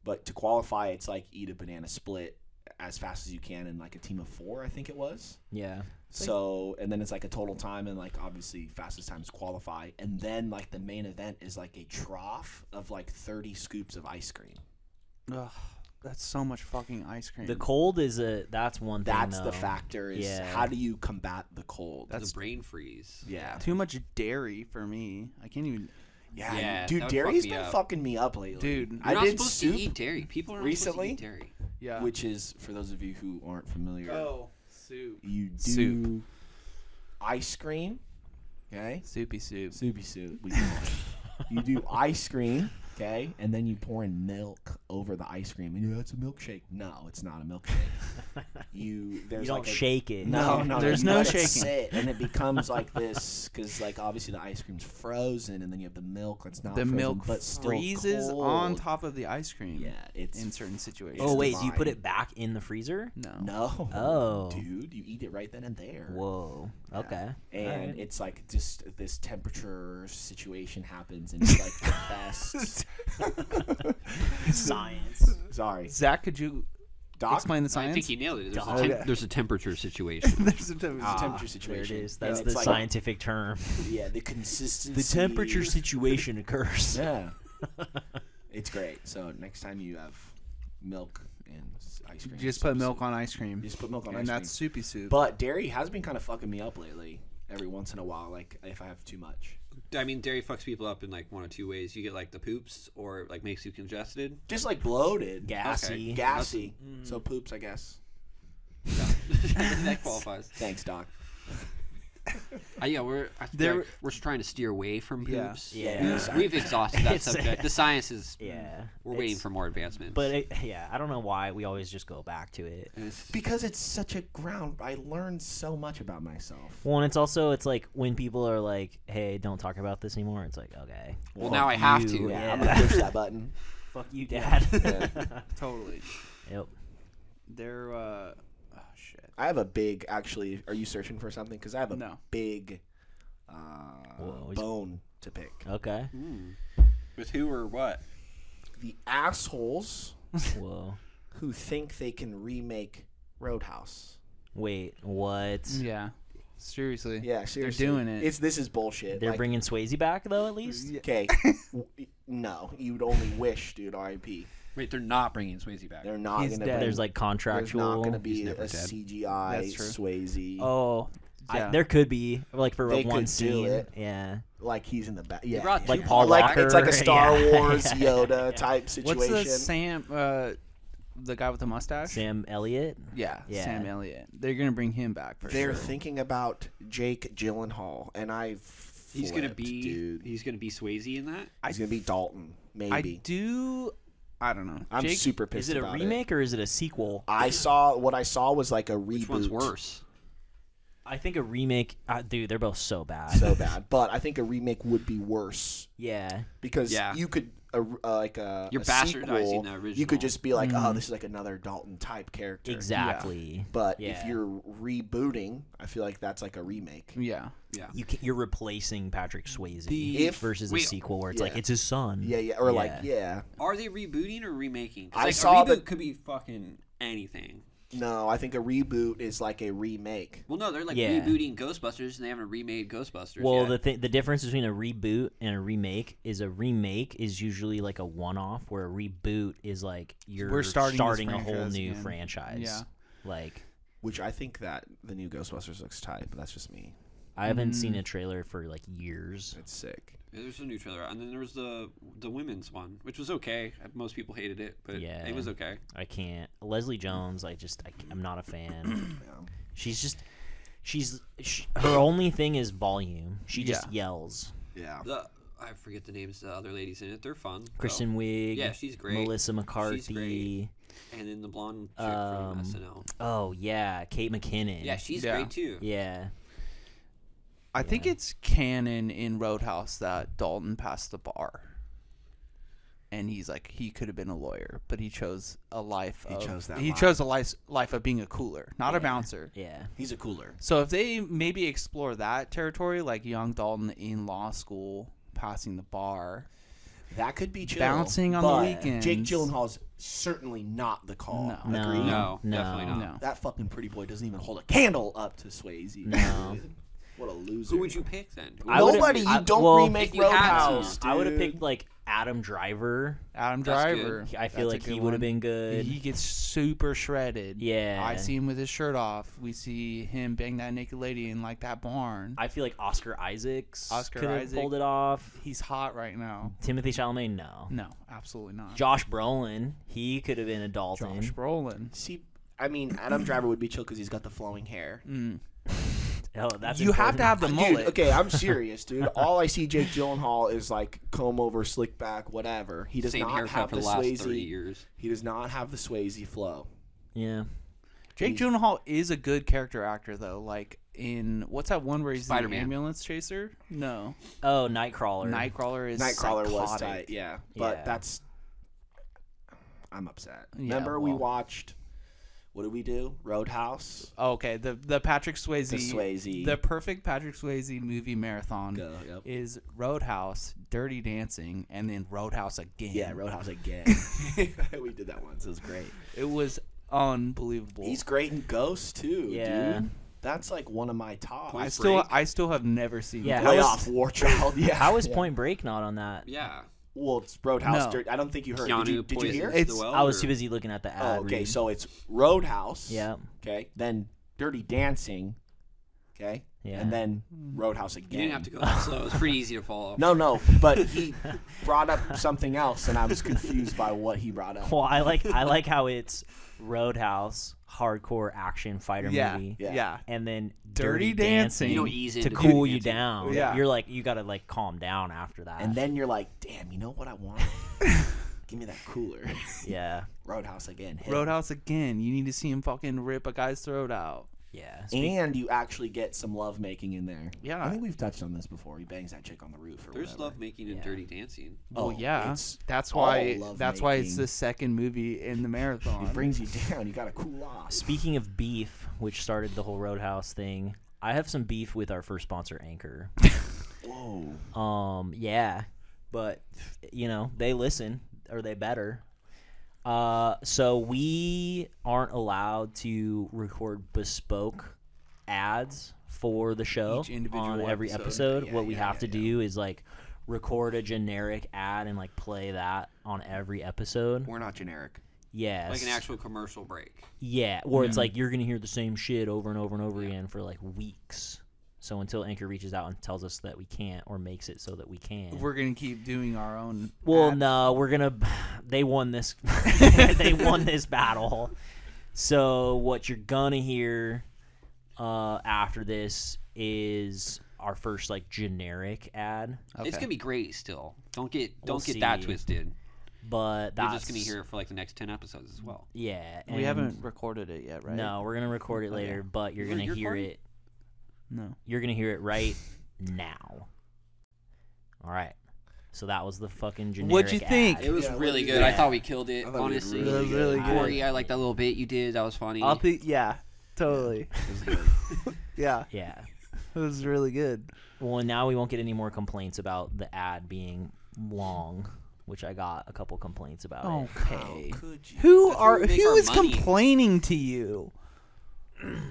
but to qualify it's like eat a banana split as fast as you can in like a team of four i think it was
Yeah.
so and then it's like a total time and like obviously fastest times qualify and then like the main event is like a trough of like 30 scoops of ice cream
Ugh, that's so much fucking ice cream.
The cold is a that's one thing.
That's the
though.
factor. Is
Yeah.
how do you combat the cold?
That's-
the brain freeze.
yeah.
Too much dairy for me. I can't even.
Yeah,
Yeah,
dude,
that would
dairy's
fuck me
been
up.
fucking me up lately.
Dude,
I
You're not
did
supposed
soup,
to eat dairy. People are
recently.
Supposed to eat dairy.
Yeah.
which is for those of you who aren't familiar,
oh soup.
you do
Soup.
ice cream. Okay,
Soupy soup.
soupy soup. We call it. you do ice cream. Okay, and then you pour in milk over the ice cream, and you that's a milkshake. No, it's not a milkshake. you there's
You don't
like a,
shake it.
No, no,
There's
you
no
let it
shaking.
sit, and it becomes like this because, like, obviously the ice cream's frozen, and then you have the milk that's not
The
frozen,
milk
but still
freezes on
cold.
top of the ice cream.
Yeah, it's
In certain situations.
Oh wait, do you put
divine.
it back in the freezer?
no.
No.
Oh.
Dude, you eat it right then and there.
Whoa. Okay.
And
Alright.
it's like just this temperature situation happens, and it's like the best.
science.
Sorry,
Zach, could you
Doc.
explain the
I
science?
think he nailed it. There's, a,
God.
tem- there's a temperature situation.
There's a time-
the
Ah,
temperature
There it
situation.
is. That's
Yeah,
the
it's like-
scientific term.
Yeah, the consistency.
The temperature situation occurs.
Yeah. it's great. So next time you have milk and s- ice cream,
just put
soup-
milk on ice cream.
You just put milk on
and
ice
that's
cream.
soupy soup.
But dairy has been kind of fucking me up lately. Every once in a while, like if I have too much,
I mean, dairy fucks people up in like one or two ways. You get like the poops, or it, like makes you congested.
just like bloated,
Gassy.
gassy.
Mm-hmm.
So poops, I guess.
No. that qualifies.
Thanks, Doc.
Uh, yeah, we're I feel
There-
like we're just trying to steer away from
Yeah.
poops.
Yeah.
We've- we've exhausted that
It's-
subject. The science is.
Yeah.
We're waiting
it's-
for more advancements.
But it, yeah, I don't know why we always just go back to it.
And it's-
Because it's such a ground. I learned so much about myself.
Well, and it's also it's like when people are like, "Hey, don't talk about this anymore." It's like, okay,
well, now I have
you.
to.
Yeah,
Yeah.
I'm gonna push that button.
fuck you, Dad.
totally.
yep.
They're uh oh shit.
I have a big. Actually, are you searching for something? Because I have a
No.
big uh,
he's-
bone to pick.
Okay.
With who or what?
The assholes
Whoa.
who think they can remake Roadhouse.
Wait. What?
Yeah. Seriously.
Yeah, seriously,
doing it.
It's this is bullshit.
They're
like,
bringing Swayze back though, at least.
Okay. W- no, you'd only wish, dude. R.I.P.
Wait, they're not bringing Swayze back.
They're not
He's
gonna.
dead.
Bring,
There's like
there's not
contractual.
gonna be a
never dead.
CGI
That's true.
Swayze.
Oh,
Yeah.
I, there could be like for
They
one
could do
scene.
it.
Yeah.
Like he's in the back. Yeah,
brought
Like
two
Paul
Paul
like
Walker.
it's like a Star
yeah.
Wars Yoda type
What's
situation.
the Sam uh the guy with the mustache?
Sam Elliott.
Yeah,
Yeah.
Sam Elliott. They're gonna bring him back for
They're
sure.
thinking about Jake Gyllenhaal, and I. Flipped,
He's gonna be.
dude. He's
He's gonna be Swayze in that.
gonna be Dalton,
I
maybe.
do. I don't know.
I, am
Jake-
super pissed.
Is it a
about
remake or is it a sequel?
I saw what I saw was like a reboot.
Which one's worse?
I think a remake. Uh, dude, they're both so bad.
So bad, but I think a remake would be worse
yeah.
because
Yeah.
you could a, uh, like a
You're
a
bastardizing
sequel,
the
You
original.
could just be like,
Mm.
oh, this is like another Dalton type character.
Exactly.
But if
Yeah.
you're rebooting, I feel like that's like a remake.
Yeah.
Yeah.
You can, you're replacing Patrick Swayze
The-
If-
versus a
wait,
sequel where it's like
yeah.
it's his son.
Yeah, yeah, or like yeah.
Are they rebooting or remaking? 'Cause,
I
like, a
saw
reboot
that-
could be fucking anything.
No, I think a reboot is like a remake.
Well, no, they're like
Yeah.
rebooting Ghostbusters, and they haven't remade Ghostbusters.
Well,
yet.
the th- the difference between a reboot and a remake is a remake is usually like a one-off, where a reboot is like you're
We're starting this
a whole
franchise
new
again.
franchise.
Yeah.
Like
Which I think that the new Ghostbusters looks tight, but that's just me.
I haven't
Mm-hmm.
seen a trailer for like years.
It's sick.
Yeah, There's a new trailer, and then there was the the women's one, which was okay. Most people hated it, but
Yeah.
it was okay.
I can't. Leslie Jones, I just I, am not a fan. she's just she's she, her only thing is volume. She just
Yeah.
yells.
Yeah.
The I forget the names of the other ladies in it. They're fun.
Oh.
though.
Kristen Wiig,
Yeah, she's great.
Melissa McCarthy.
great. and then the blonde chick
Um,
from SNL.
Oh yeah, Kate McKinnon.
Yeah, she's
Yeah.
great too.
yeah.
I think it's canon in Roadhouse that Dalton passed the bar. And he's like, he could have been a lawyer, but he chose a life. He of,
chose that
He
life.
chose a life, life of being a cooler, not a bouncer.
Yeah.
He's a cooler.
So if they maybe explore that territory, like young Dalton in law school, passing the bar,
That could be chill.
Bouncing on the
but
weekends.
Jake Gyllenhaal's certainly not the call.
No.
Agreed?
No.
No,
No.
definitely not.
no,
That fucking pretty boy doesn't even hold a candle up to Swayze.
No.
what a loser.
Who would you pick then? Who
I
would-
would've-
Nobody. You
I-
don't
well,
remake
if you had to,
Roadhouse.
I would have
dude.
picked like Adam Driver.
Adam
That's good.
Driver.
I feel
That's a
like he
good
would
one.
have been good.
He gets super shredded.
Yeah.
I see him with his shirt off. We see him bang that naked lady in like that barn.
I feel like Oscar Isaacs
Oscar
could have
Isaac.
pulled it off.
He's hot right now.
Timothy Chalamet, no.
No, absolutely not.
Josh Brolin, he could have been a Dalton.
Josh Brolin.
See, I mean, Adam Driver would be chill because he's got the flowing hair.
Oh, that's
you have to
important.
have the mullet.
Dude, okay, I'm serious, dude. All I see Jake Gyllenhaal is like comb over, slick back, whatever. He does
Same
not
haircut
have
for
the
the last
Swayze.
thirty years.
He does not have the Swayze flow.
Yeah.
Jake Gyllenhaal is a good character actor though. Like in what's that one where he's the
Spider-Man.
ambulance chaser? No,
Oh, Nightcrawler.
Nightcrawler is
Nightcrawler was
psychotic.
tight, yeah, but
Yeah.
that's. I'm upset.
Yeah,
Remember we
well.
watched. What did we do? Roadhouse.
Oh, okay, the the Patrick Swayze,
The Swayze.
the perfect Patrick Swayze movie marathon
Go, yep.
is Roadhouse, Dirty Dancing, and then Roadhouse again.
Yeah, Roadhouse again. we did that once. It was great.
it was unbelievable.
He's great in Ghost too,
Yeah.
dude. That's like one of my top.
I
Way
Point
still
Break.
I still have never seen.
Yeah.
that.
How is-
off War Child. Yeah.
How is Point Break not on that?
Yeah,
Well, it's Roadhouse.
No.
Dirt- I don't think you heard.
Keanu
did you, did you
poisons
hear?
the
It's-
well,
I was
or-
too busy looking at the ad.
Oh, okay.
read.
So it's Roadhouse.
Yeah.
Okay. Then Dirty Dancing. Okay.
Yeah.
And then Roadhouse again.
You didn't have to go that slow. It was pretty easy to follow.
No, no. But he brought up something else, and I was confused by what he brought up.
Well, I like I like how it's Roadhouse, hardcore action fighter
yeah,
movie,
Yeah.
yeah,
and then Dirty,
Dirty
Dancing,
Dancing. You
know, ease
to
into
cool
Dirty
you
Dancing.
down.
Yeah.
You're like you gotta like calm down after that.
And then you're like, damn, you know what I want? Give me that cooler.
yeah,
Roadhouse again. Hit it.
Roadhouse again. You need to see him fucking rip a guy's throat out.
yeah.
And you actually get some love making in there.
Yeah.
I think we've touched on this before. He bangs that chick on the roof or
There's
whatever.
love making and
Yeah.
dirty dancing.
Oh,
Oh yeah,
it's
that's
all
why.
love
That's why it's
making.
the second movie in the marathon.
It brings you down. You got to cool off.
Speaking of beef, which started the whole Roadhouse thing, I have some beef with our first sponsor, Anchor.
Whoa.
Um, yeah, but you know they listen or they better. Uh, so we aren't allowed to record bespoke ads for the show
Each individual
on every
episode.
episode.
Yeah,
what we
yeah,
have
yeah,
to
yeah.
do is like record a generic ad and like play that on every episode.
We're not generic.
Yes.
Like an actual commercial break.
Yeah, or it's like you're gonna hear the same shit over and over and over again for like weeks. So until Anchor reaches out and tells us that we can't, or makes it so that we can.
We're gonna keep doing our own.
well,
ad-
no, we're gonna. They won this. they won this battle. So what you're gonna hear uh, after this is our first like generic ad,
Okay.
It's gonna be great still. Don't get
We'll
don't get that
see.
twisted.
but
You're
that's
just gonna hear it for like the next ten episodes as well.
Yeah,
we
and-
haven't recorded it yet, right?
No, we're gonna record it later, but you're
You're-
gonna
you're
hear
recording?
it
no.
You're gonna hear it right now. All right. So that was the fucking generic.
What'd you think?
ad.
It was
Yeah,
really
what-
good. I
yeah.
thought we killed it.
I thought we did
honestly,
really That was good.
really good.
Corey, I like that little bit you did. That was funny.
I'll be, yeah, totally.
It was good.
Yeah,
Yeah.
it was really good.
Well, and now we won't get any more complaints about the ad being long, which I got a couple complaints about.
Oh,
it.
Okay.
Could you?
Who
That's where
are
we make
who
our
is
money.
complaining to you?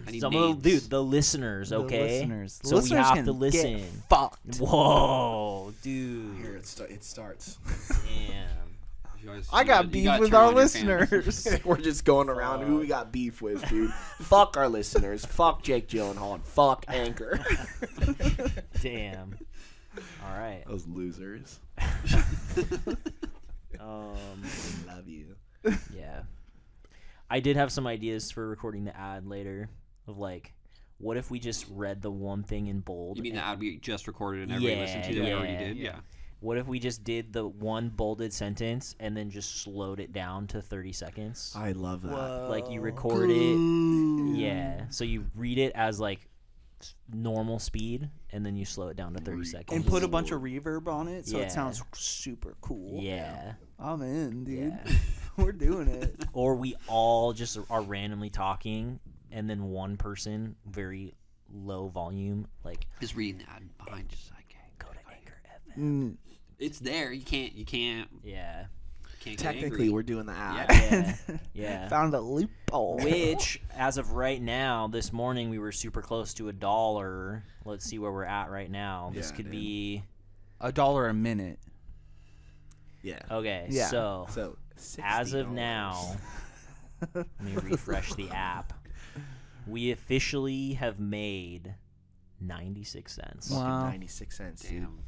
I need
Some of the,
names.
dude, the listeners, okay?
the listeners. The
So
listeners
we have
can
to
get
listen.
fucked.
Whoa,
Here
dude.
it, sta- it starts.
Damn.
You guys-
I
you
got
you
beef
gotta
with
turn
our
on your fans.
listeners.
We're just going around who we got beef with, dude. fuck our listeners. Fuck Jake Gyllenhaal. And fuck Anchor.
Damn. All right.
Those losers.
Um,
Love you.
Yeah. I did have some ideas for recording the ad later of like, what if we just read the one thing in bold?
You mean the
and-
ad we just recorded and everybody
Yeah,
listened to that we already
yeah,
did?
yeah.
Yeah.
What if we just did the one bolded sentence and then just slowed it down to 30 seconds?
I love that.
like
Oh,
you record it. Yeah. So you read it as like s- normal speed and then you slow it down to 30 seconds.
and put a bunch of reverb on it, so
Yeah.
it sounds super cool.
Yeah.
I'm in, dude.
Yeah.
We're doing it.
Or we all just are randomly talking and then one person, very low volume, like,
Just reading the ad behind you. Just like, okay.
go to Anchor FM.
Mm.
It's there. You can't. You can't.
Yeah.
can't get
Technically,
angry.
we're doing the ad.
Yeah.
Yeah. Yeah.
Found a loophole.
Which, as of right now, this morning we were super close to a dollar. Let's see where we're at right now. This
Yeah,
could
dude.
be
a dollar a minute.
Yeah.
Okay,
Yeah.
so
So
as of
$60.
now, let me refresh the app. We officially have made 96 cents.
Fucking
Wow.
96 cents. dude.
Damn.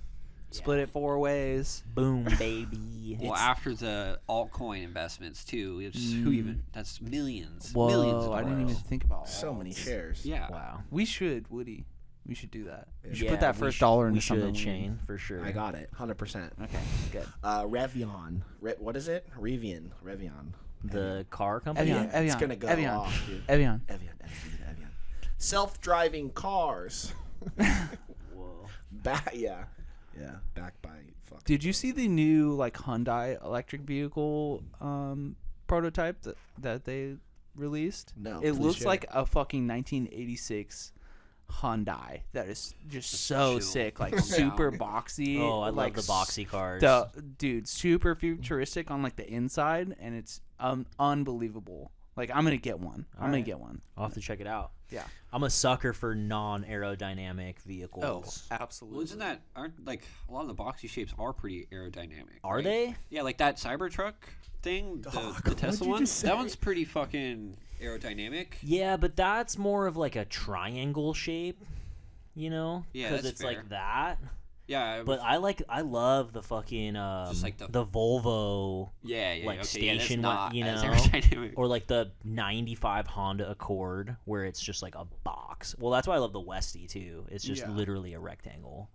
Split it four ways.
Boom, baby.
Well, after the altcoin investments too, it's who even? That's millions, millions. Of
I didn't
dollars.
even think about
So many shares.
Yeah.
wow.
We should, Woody. We should do that. You should
Yeah,
put that
we
first
sh-
dollar
we
into
should,
something. we-
Shane, for sure.
I got it. 100%.
Okay, good.
Uh, Revion. Re- what is it? Revion. Revion.
the car company.
Evian,
Yeah, it's
Evian,
gonna go
Evian,
off, dude.
Evian.
Evian. Evian. Evian. Self driving cars.
Whoa.
back, yeah. Yeah. Back by fuck.
Did you see the new like Hyundai electric vehicle um, prototype that that they released?
No,
It
please
looks
share.
like a fucking 1986 Hyundai that is just so
chill.
sick, like
Calm
super
down.
boxy.
Oh, I
like,
love the boxy cars.
The dude, super futuristic on like the inside, and it's um unbelievable. Like I'm gonna get one. I'm gonna
right.
get one.
I'll have to check it out.
Yeah.
I'm a sucker for non aerodynamic
Oh,
vehicles.
absolutely.
Well, isn't that aren't like a lot of the boxy shapes are pretty aerodynamic?
Are
right?
they?
Yeah, Oh, like that Cybertruck thing, the,
Dog,
the
what'd
Tesla
you
one.
just say?
That one's pretty fucking aerodynamic.
Yeah, but that's more of like a triangle shape, you know?
Yeah,
Because
that's
it's
fair.
like that.
Yeah, it
But
was-
I like, I love the fucking, um,
Just like the-
Volvo
yeah, yeah,
like,
okay, yeah, that's
station one,
not
you
as
know,
aerodynamic.
or like the 95 Honda Accord where it's just like a box. Well, that's why I love the Westy too. It's just
Yeah.
literally a rectangle.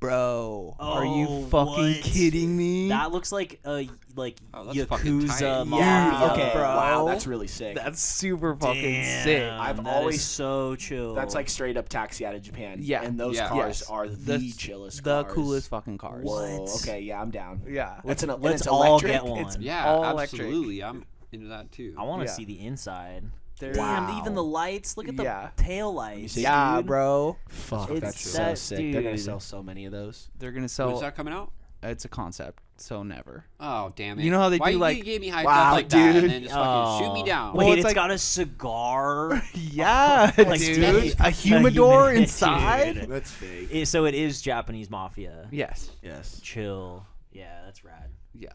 bro? are
Oh,
you fucking
what?
kidding me?
That looks like a like
Oh, that's fucking tight.
Yakuza
yeah,
mafia.
okay.
bro.
Wow, that's really sick.
That's super fucking
Damn,
sick.
I've
that is
always-
so chill.
That's like straight up taxi out of Japan.
Yeah.
And those
Yeah.
cars
Yes.
are the,
That's
chillest
the
cars.
coolest fucking cars.
Whoa.
What?
Okay, yeah, I'm down.
Yeah.
That's an and
let's
it's
all
electric.
get
It's-
one.
yeah,
all electric.
absolutely. I'm into that too.
I want to
Yeah.
see the inside.
They're-
Damn,
Wow.
even the lights. Look at the
Yeah.
tail lights.
see.
yeah,
dude.
bro.
Fuck,
It's
that's so
that-
sick. They're gonna
dude.
sell so many of those.
They're gonna
When's
sell.
that coming out?
It's a concept, so never.
Oh damn it!
You know how they
Why
do,
you
like-
gave me hyped
Wow,
up like that
dude.
and then just fucking shoot
Oh.
me down?
Wait,
Well, it's
it's
like-
got a cigar.
Yeah,
Like
dude.
space-
A
a
humidor
humid-
inside.
dude.
That's fake.
It- so it is Japanese mafia.
Yes.
Yes.
Chill. Yeah, that's rad.
Yeah.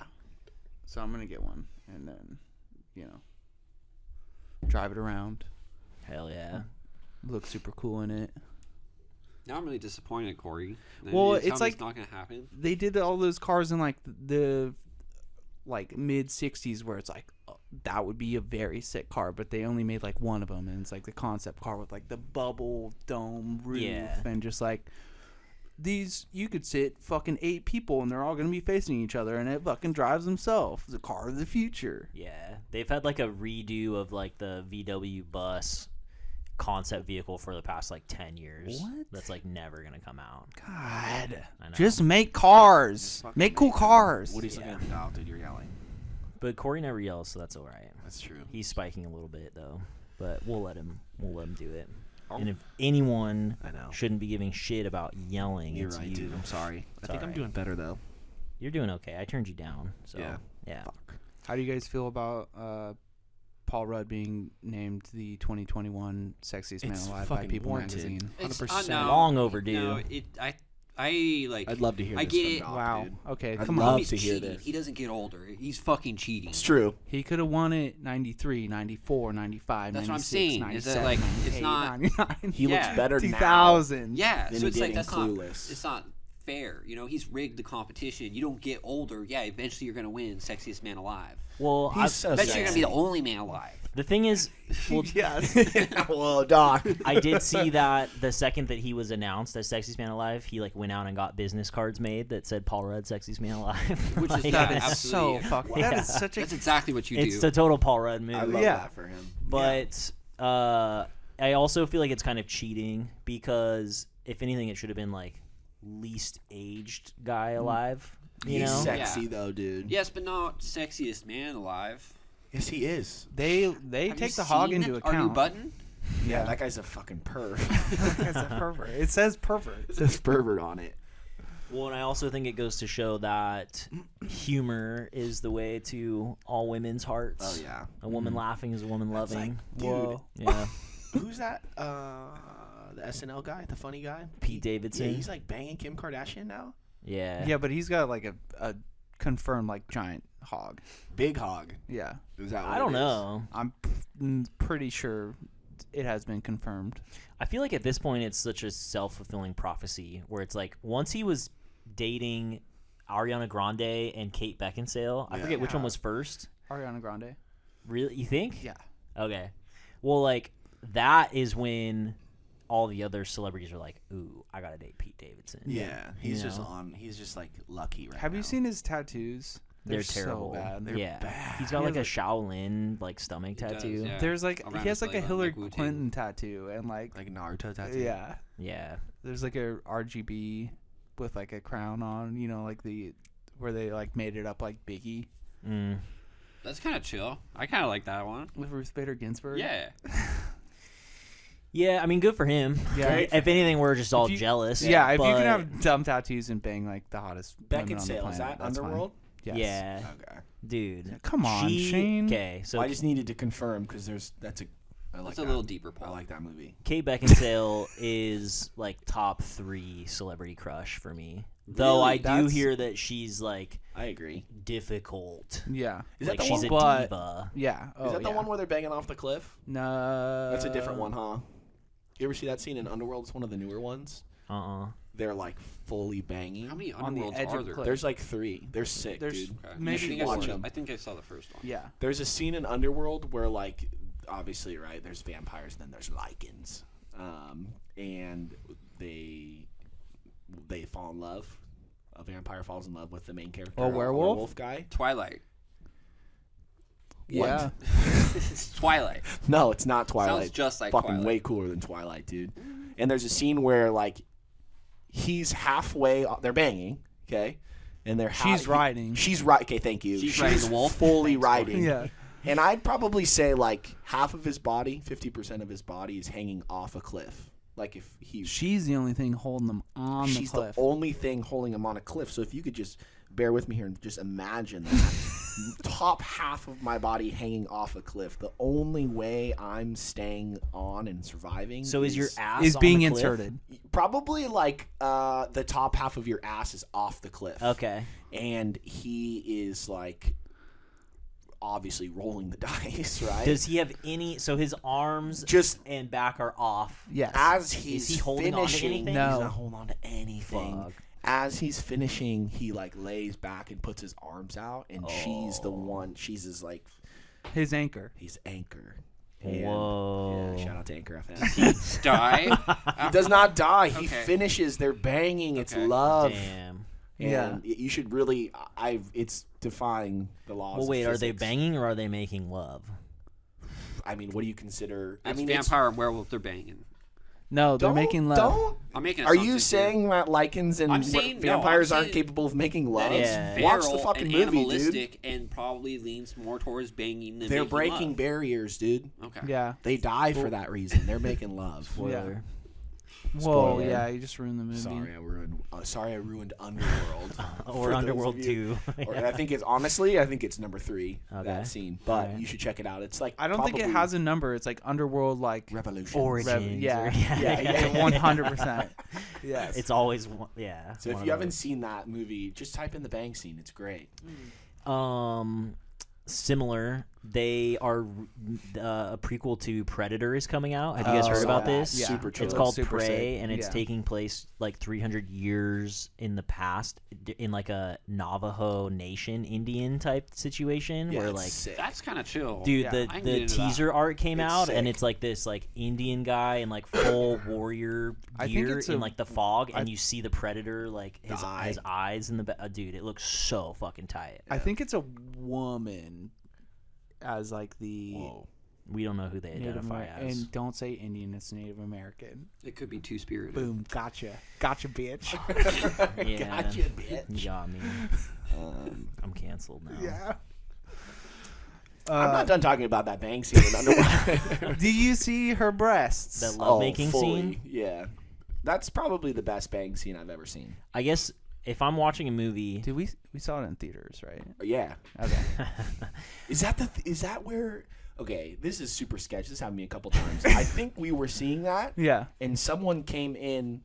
So I'm gonna get one, and then, you know, drive it around.
Hell yeah.
Look super cool in it.
Now I'm really disappointed, Corey. That
Well,
it
it's
sounds
like-
not gonna happen.
They did all those cars in like the like mid '60s, where it's like oh, that would be a very sick car, but they only made like one of them, and it's like the concept car with like the bubble dome roof,
Yeah.
and just like these you could sit fucking eight people and they're all gonna be facing each other and it fucking drives themselves the car of the future
Yeah, they've had like a redo of like the VW bus concept vehicle for the past like 10 years.
What?
That's like never going to come out.
god
I know.
just make cars
fucking
make cool
make them.
cars
Woody's looking at the dial, dude. You're yelling.
But Corey never yells, so that's all right.
That's true.
He's spiking a little bit though, but we'll let him we'll let him do it.
Oh.
And if anyone
I know.
shouldn't be giving shit about yelling,
You're
it's
right,
you.
dude. I'm sorry. I think I'm
alright.
doing better though.
You're doing okay. I turned you down. So yeah.
Yeah.
how do you guys feel about uh Paul Rudd being named the 2021 sexiest man
It's
alive by
fucking
People
warranted.
magazine.
It's
100%.
uh, no,
Long overdue.
No, it. I. I like.
I'd love to hear.
I
this
get
from
it.
Doc,
Wow.
dude.
Okay,
I'd
come
love
on.
to hear
cheating.
this.
He doesn't get older. He's fucking cheating.
It's true.
He could have won it 93, 94, 95,
That's what I'm
96,
saying, is that, like, it's
97,
not-
99,
He
Yeah.
looks better now.
2000.
Yeah,
Then
so
he
it's like
did
that's
in
not.
Clueless.
It's not fair. You know, he's rigged the competition. You don't get older. Yeah, eventually you're gonna win sexiest man alive.
Well,
He's
I-
so
Eventually you're gonna be
sexy.
the only man alive.
the thing is, well,
Yes.
Whoa, Doc.
I did see that the second that he was announced as Sexiest Man Alive, he like went out and got business cards made that said Paul Rudd, Sexiest Man Alive.
Which is
Like, it's-
not an
That's so
Absolutely.
fucking. That is such a.
That's exactly what you
It's
do.
a total Paul Rudd move.
I love
Yeah.
that for him.
but uh, I also feel like it's kind of cheating because if anything, it should have been like least aged guy
Mm.
alive. You
He's
know,
sexy
Yeah.
though, dude.
yes, but not sexiest man alive.
Yes, he is.
They they
Have you
take the hog
seen
into account.
Our new button.
Yeah, that guy's a fucking perv.
It's a pervert. It says pervert.
There's pervert on it.
Well, and I also think it goes to show that humor is the way to all women's hearts.
Oh yeah.
A woman laughing is a woman loving.
like, dude.
Yeah.
Who's that? Uh, the SNL guy, the funny guy,
Pete Davidson.
Yeah, he's like banging Kim Kardashian now.
Yeah.
Yeah, but he's got like a, a confirmed like giant hog.
Big hog.
Yeah,
Is that what
I don't
it is?
know.
I'm p- mm, pretty sure it has been confirmed.
I feel like at this point it's such a self fulfilling prophecy where it's like once he was dating Ariana Grande and Kate Beckinsale, I
Yeah.
forget which one
Yeah.
was first.
Ariana Grande.
Really, you think?
Yeah.
Okay. Well, like that is when all the other celebrities are like, "Ooh, I gotta date Pete Davidson."
Yeah, he's
You
just
know?
on. He's just like lucky right
Have
now.
you seen his tattoos?
They're,
so
terrible.
bad. They're-
yeah,
bad.
he's got
He
like a
has,
Shaolin like stomach
does,
tattoo.
yeah.
There's like
Around
he has
his
like a
leg, like
Hillary
Wu-Tang.
Clinton tattoo and like,
like Naruto tattoo?
yeah,
yeah,
there's like a RGB with like a crown on. You know, like the where they like made it up like Biggie
Mm.
That's kind of chill. I kind of like that one.
with Ruth Bader Ginsburg.
Yeah.
yeah. I mean, good for him.
Yeah.
If- if anything, we're just all
you-
jealous.
Yeah, if you
but-
can have dumb tattoos and bang like the hottest women on the
Beckinsale
planet,
is that
that's fine.
Underworld?
Yes.
yeah,
Okay.
dude.
Come on, Shane.
Okay, so
Well, I just needed to confirm because there's that's a. I like
That's a
that.
little deeper
I
poll.
like that movie.
Kate Beckinsale is like top three celebrity crush for me. Though
Really?
I do
That's-
hear that she's like
I agree.
difficult.
Yeah.
Is
like
that the one?
she's a
But-
diva.
Yeah. Oh,
is that the
yeah.
one where they're banging off the cliff?
No.
That's a different one, huh? You ever see that scene in Underworld? It's one of the newer ones.
Uh uh
They're like fully banging.
How many
On the
underworlds
edge
are
of
there?
cliff.
There's like three. They're sick,
There's-
dude.
Okay.
Maybe
I think I,
watch
saw,
them.
I think I saw the first one.
Yeah.
There's a scene in Underworld where like obviously right there's vampires and then there's lichens, um, and they they fall in love. A vampire falls in love with the main character,
A werewolf?
guy.
Twilight.
Yeah.
It's Twilight.
No, it's not Twilight.
Sounds just like
fucking
Twilight.
way cooler than Twilight, dude. And there's a scene where like he's halfway. They're banging, okay, and they're ha-
She's riding.
She's right. Okay, thank you.
She's riding the wolf?
fully riding.
Yeah.
And I'd probably say like half of his body, fifty percent of his body is hanging off a cliff. Like if he,
She's the only thing holding them on
she's
the
the,
cliff.
only thing holding him on a cliff. So if you could just bear with me here and just imagine that top half of my body hanging off a cliff. The only way I'm staying on and surviving.
So is your ass
is
on
being
the cliff?
inserted.
probably like uh, the top half of your ass is off the cliff.
Okay.
and he is like obviously rolling the dice, right?
Does he have any? So his arms
just
and back are off.
Yes.
as he's
he holding on to
finishing,
anything?
No.
he's not holding on to anything.
Fuck.
As he's finishing, he like lays back and puts his arms out, and she's
Oh.
the one. She's his like
His anchor.
his anchor. And-
Whoa.
Yeah, shout out to Anchor FM.
Die.
he does not die. He
Okay.
finishes. They're banging. It's
Okay.
love.
Damn.
Yeah.
And y- you should really. I. It's defying the laws.
Well,
of
wait. Are they
physics.
banging or are they making love?
I mean, what do you consider? I
That's
mean, it's-
vampire and werewolf. They're banging.
No, they're
don't-
making love.
Don't
I'm making.
Are
assumptions
you
here.
saying that lichens and
I'm
wa-
saying- no, I'm
vampires aren't
saying
capable of making love?
that it's
Yeah.
Watch
feral
the fucking
and
movie, dude.
animalistic and probably leans more towards banging than
They're
making
breaking
love.
barriers, dude.
Okay.
Yeah.
They die for that reason. They're making love.
Spoiler.
Whoa.
Spoiler.
Yeah. You just ruined the movie.
Sorry, I ruined. Uh, sorry, I ruined Underworld
Or Underworld
Two.
Two.
Or
Yeah.
I think it's honestly, I think it's number three
Okay.
that scene. But
Alright.
you should check it out. It's like
I don't think it
probably
has a number. It's like underworld, like
Revolution.
Origins.
Rev-
or-
yeah.
Yeah, yeah.
one hundred percent. Yes.
It's always one, yeah.
So if
one
you
of
haven't
those.
seen that movie, just type in the bang scene. It's great.
um similar, they are uh, a prequel to Predator is coming out. Have you guys
Oh,
heard
saw
about
that.
this?
Yeah. Super
It's
chill.
called
Super
Prey,
sick.
and it's
Yeah.
taking place like 300 years in the past, d- in like a Navajo Nation Indian type situation
Yeah,
where
it's
like.
sick.
That's kind of chill.
Dude,
Yeah,
the,
I can get
the
into that.
teaser art came
It's
out, and
sick.
it's like this like Indian guy in like full warrior
I think
gear
it's
in
a-
like the fog,
I-
and you see the predator like his,
The eye.
his eyes in the ba- uh, dude. It looks so fucking tight.
I think it's a woman as like the
Whoa.
We don't know who they
Native
identify
American.
as.
And don't say Indian, it's Native American.
It could be two spirited.
Boom, gotcha. Gotcha, bitch.
Yeah.
Gotcha, bitch.
Yeah, I mean,
Um,
I'm canceled now.
yeah.
I'm
Uh,
not done talking about that bang scene in Underworld.
do you see her breasts?
That
Oh,
lovemaking
fully,
scene.
Yeah. That's probably the best bang scene I've ever seen.
I guess if I'm watching a movie,
Did we we saw it in theaters, right?
Uh, Yeah.
Okay.
Is that the th- is that where Okay, this is super sketch. This happened to me a couple times. I think we were seeing that
yeah.
and someone came in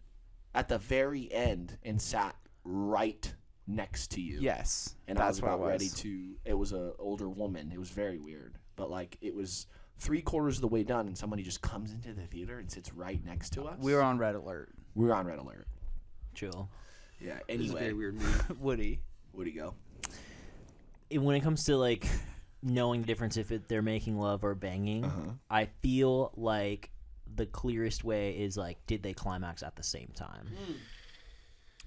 at the very end and sat right next to you.
Yes,
and I was
that's what
about
it was.
ready to. It was a older woman. It was very weird, but like it was three quarters of the way done, and somebody just comes into the theater and sits right next to us.
Uh, we were on red alert.
we were on red alert.
Chill.
Yeah.
This is a
Anyway,
very weird movie.
Woody.
where'd he go?
And when it comes to like knowing the difference if it, they're making love or banging,
Uh-huh.
I feel like the clearest way is like, did they climax at the same time?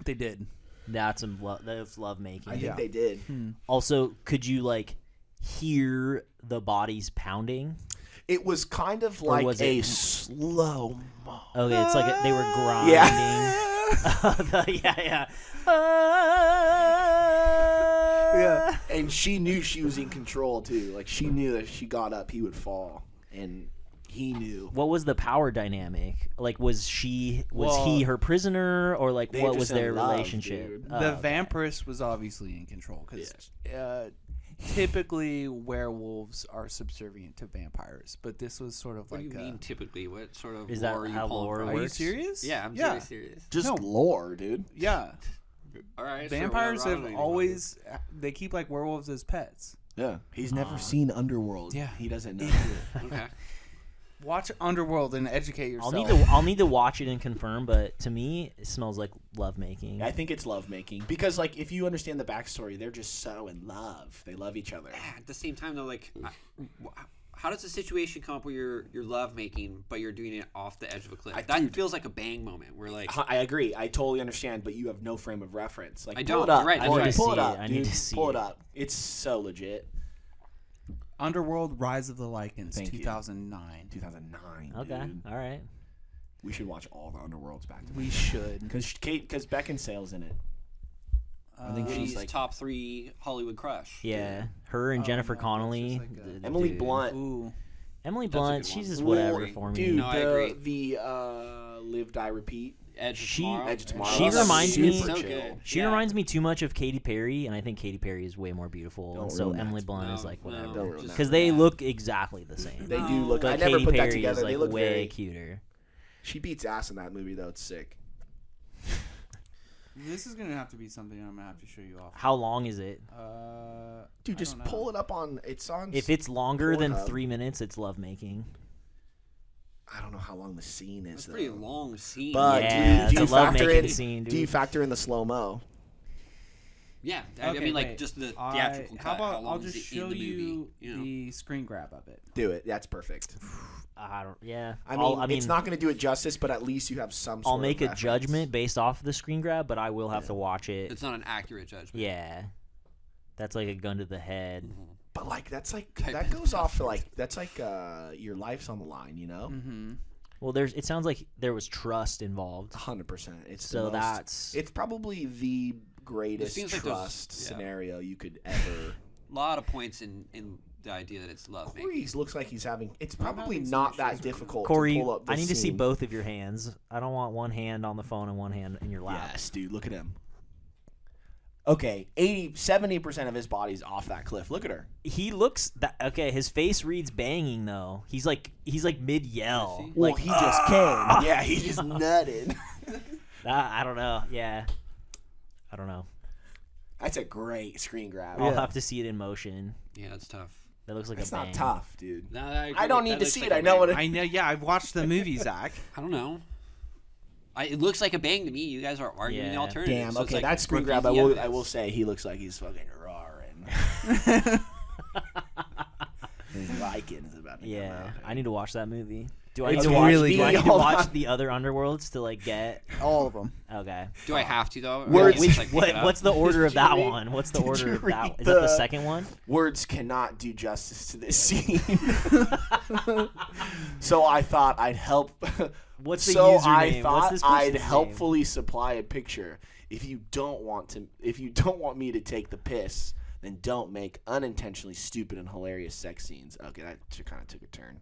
They did.
That's some lo- that's love making.
I
Yeah. Hmm.
think they did.
Also, could you like hear the bodies pounding?
It was kind of like
was
a
it-
slow mo.
Okay, Oh, it's like they were grinding. The- yeah, yeah.
Ah.
Yeah.
And she knew she was in control too. Like she knew that if she got up, he would fall, and he knew.
What was the power dynamic? Like, was she was
Well,
he her prisoner, or like
they
what
just
was
in
their
love,
relationship?
dude.
Uh,
the vampirist was obviously in control because uh, typically werewolves are subservient to vampires, but this was sort of
What
like. uh,
do you
a-
mean typically? What sort of
Is that
lore are you
how
pulling
lore
from?
are
works?
you serious?
Yeah, I'm
yeah,
very serious.
Just lore, dude.
yeah.
All right, so we're
Vampires have
wrong.
always uh, they keep like werewolves as pets.
Yeah. He's never seen Underworld.
Yeah.
He doesn't know.
Okay.
Watch Underworld and educate
I'll
yourself.
need to I'll need to watch it and confirm, but to me, it smells like lovemaking.
I think it's love making because, like, if you understand the backstory, they're just so in love. They love each other.
At the same time, though, like,
Mm.
I- wh- how does the situation come up where you're you're love making, but you're doing it off the edge of a cliff? that feels like a bang moment. Where like,
I agree. I totally understand, but you have no frame of reference. Like,
I
Pull
don't.
it up.
You're right. I
Pull,
need
it,
to
pull
see
it
it.
up.
I
Dude.
need to see
pull it
it.
up. It's so legit.
Underworld: Rise of the Lycans,
Thank you.
two thousand nine.
2009.
okay,
Dude.
all right.
We should watch all the Underworlds back to
We should.
because Kate because Beckinsale's in it. I think
Uh,
she's
she's like
top three Hollywood crush.
Yeah, her
Oh,
and Jennifer
no, it's
Connelly.
just like a-
th-
Emily
dude.
Blunt.
Ooh,
Emily
a
Blunt.
good
She's
one.
just whatever
Ooh,
for me.
Dude,
No, I
the,
agree.
the uh, Live Die Repeat.
Edge of
She-
Tomorrow.
Edge of Tomorrow.
She reminds me-
So
Super
good.
chill.
She
Yeah.
reminds me too much of Katy Perry, and I think Katy Perry is way more beautiful.
Don't
and so
ruin that.
Emily Blunt is
No,
like
no,
whatever,
ruin
just-
because they
yeah.
look exactly the same.
They do look.
But
I never
Katy
put
Perry
that together.
is like
they look
way
very.
cuter.
She beats ass in that movie though. It's sick.
this is gonna have to be something I'm gonna have to show you off.
How long is it?
Uh,
Dude, just pull it up on. It's on.
If it's longer than
Pornhub.
three minutes, it's lovemaking.
I don't know how long the scene is.
It's a pretty
though.
long scene.
But
Yeah.
do you, do you
it's a
factor
lovemaking
in?
scene,
Do you
dude.
factor in the slow mo?
yeah. I, I
Okay,
mean, like
wait.
just the
I-
theatrical
How
cut.
about
how long
I'll
is
just
it in
show
the movie?
you,
you know?
the screen grab of it.
Do it. That's perfect.
I don't. Yeah.
I
I'll-
mean,
I mean
it's not going to do it justice, but at least you have some. Sort
I'll make
of
a
reference.
judgment based off of the screen grab, but I will have to watch it.
It's not an accurate judgment.
yeah. That's like a gun to the head.
But like that's like
Type
that
in
goes off for like that's like uh your life's on the line, you
Mm.
know.
Mm-hmm.
Well, there's. It sounds like there was trust involved.
A Hundred percent. It's the
So
most-
that's
it's probably the greatest
seems like there's-
trust
yeah.
scenario you could ever.
A lot of points in in the idea that it's love making.
Corey's looks like he's having. It's probably
having some
not that
issues.
difficult. to
Corey.
pull up
I
this
need to see
scene.
both of your hands. I don't want one hand on the phone and one hand in your lap.
Yes, dude. Look at him. Okay, 80, 70% of his body's off that cliff. Look at her.
He looks that okay. His face reads banging though. He's like he's like mid yell.
Well,
Like
he just came. Yeah, he just nutted.
ah, I don't know. Yeah, I don't know.
That's a great screen grab.
I'll have to see it in motion.
Yeah, that's tough.
That looks like
It's
a bang.
not tough, dude.
No, I, agree
I don't
with-
need
that
to
looks
see
like
it.
a
I know
bang.
what it.
I know. Yeah, I've watched the movie, Zach.
I don't know. I, it looks like a bang to me. You guys are arguing the
Yeah.
alternative.
Damn.
so it's
Okay,
like
that screen
rookies
grab. I will. I
evidence.
will say he looks like he's fucking roaring. His lichen is about to
Yeah,
come out.
I need to watch that movie. Do I need
It's
to watch?
really
do I
good.
need to
Hold
watch
on.
the other underworlds to like get?
All of them.
Okay.
Do I have to though? Or
Words-
just,
Which,
like, pick
what,
it up?
what's the order of
you
that
read-
one? What's the
did
order
you
of that?
read
Is that the
the-
second one?
Words cannot do justice to this scene. so I thought I'd help.
What's the
so
username?
I
What's
thought
this
I'd
person's
helpfully supply a picture. If you don't want to, if you don't want me to take the piss, then don't make unintentionally stupid and hilarious sex scenes. Okay, that kind of took a turn.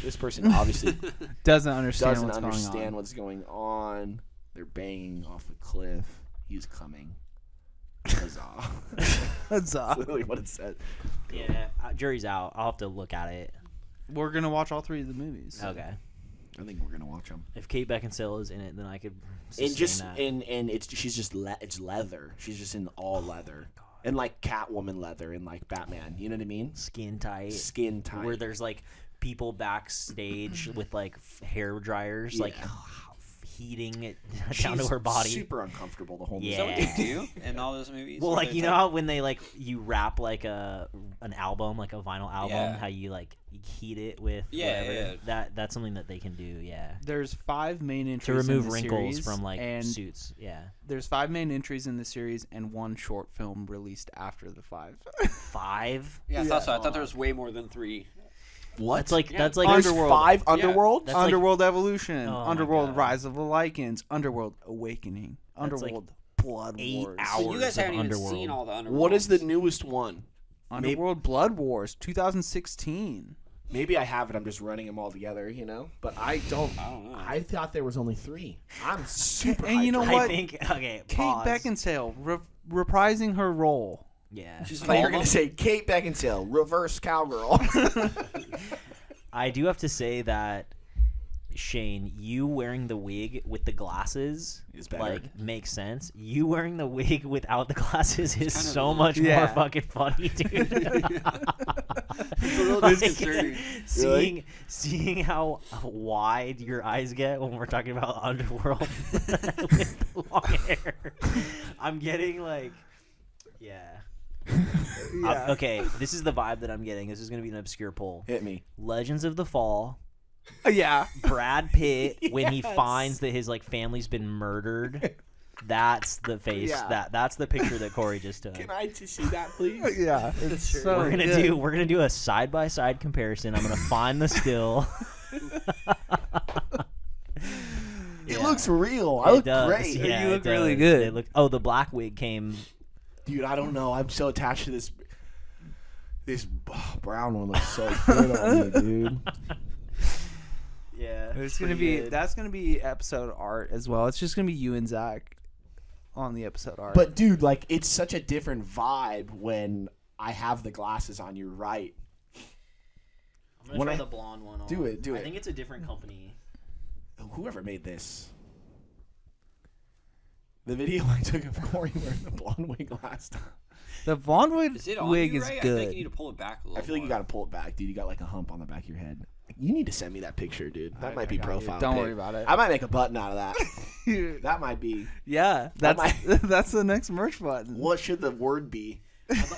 This person obviously
Doesn't understand
doesn't
what's
understand
going on.
what's going on. They're banging off a cliff. He's coming. Huzzah.
That's
That's
uh,
literally what it said.
Yeah, uh, jury's out. I'll have to look at it.
we're gonna watch all three of the movies.
Okay.
I think we're gonna watch them.
If Kate Beckinsale is in it, then I could.
And
sustain
just
that.
and and it's she's just le- it's leather. She's just in all
Oh
leather and like Catwoman leather and like Batman. You know what I mean?
skin tight,
Skin tight.
where there's like people backstage with like f- hair dryers, like heating it down to
She's
her body.
Super uncomfortable the whole movie.
Yeah.
Is that what they do in all those movies?
well,
Where
like
they
you know
type-
how when they like you wrap like a an album, like a vinyl album,
Yeah.
how you like heat it with
Yeah,
whatever.
yeah.
That that's something that they can do. Yeah.
There's five main entries
To
in
remove
the
wrinkles
series,
from like
and
suits, yeah.
There's five main entries in the series and one short film released after the five.
Five.
Yeah, I thought so. I thought there was way more than three.
What?
That's like
Yeah.
that's like
There's
Underworld.
five
Yeah.
Underworld.
That's like-
Underworld Evolution,
Oh my
Underworld
God.
Rise of the Lycans, Underworld Awakening,
like
Underworld Blood
eight
Wars,
hours.
So you guys
of
haven't even
Underworld.
seen all the Underworld.
what is the newest one?
Underworld Blood Wars, 2016.
Maybe I have it. I'm just running them all together, you know. But I don't.
I don't know.
I thought there was only three. I'm super.
And you know
hyped.
I
what?
think okay.
Kate
pause.
Beckinsale re- reprising her role.
Yeah.
She's
I
in
thought you
all
were
of
gonna
them?
say Kate Beckinsale, reverse cowgirl.
I do have to say that Shane, you wearing the wig with the glasses
Is better.
like makes sense. You wearing the wig without the glasses is
kind of
so
weird.
much more
Yeah.
fucking funny, dude.
It's a little
Like,
disconcerting.
seeing seeing how wide your eyes get when we're talking about underworld with the long hair. I'm getting like, yeah. I'm- Uh, okay, this is the vibe that I'm getting. This is gonna be an obscure poll.
Hit me.
Legends of the Fall.
Uh, Yeah.
Brad Pitt when he finds that his like family's been murdered. That's the face.
Yeah.
That that's the picture that Corey just took.
Can I to see that, please?
Yeah. It's so
we're gonna
good.
do we're gonna do a side by side comparison. I'm gonna find the still.
It
Yeah.
looks real. I
It
look
does,
great,
yeah,
You
it
look really
does.
good.
They look- oh, the black wig came.
dude. I don't know. I'm so attached to this. This oh, brown one looks so good on me, dude.
Yeah,
It's gonna be that's gonna be episode art as well. It's just gonna be you and Zach on the episode art.
But dude, like it's such a different vibe when I have the glasses on. You're right.
I'm
gonna when try I- the
blonde one.
Do it, do I it. think
it's a different company.
Whoever made this. The video I took of Corey wearing the blonde wig last time.
the Von Wood
Is it on
wig
you,
is
Ray? I feel like
good.
you need to pull it back a
I
little.
feel like you
more.
gotta pull it back, dude. You got like a hump on the back of your head. You need to send me that picture, dude. That
I-
might
I
be
got you.
profile.
Don't
pic.
worry about it.
I might make a button out of that. that might be.
yeah,
That
that's that's the next merch button.
What should the word be?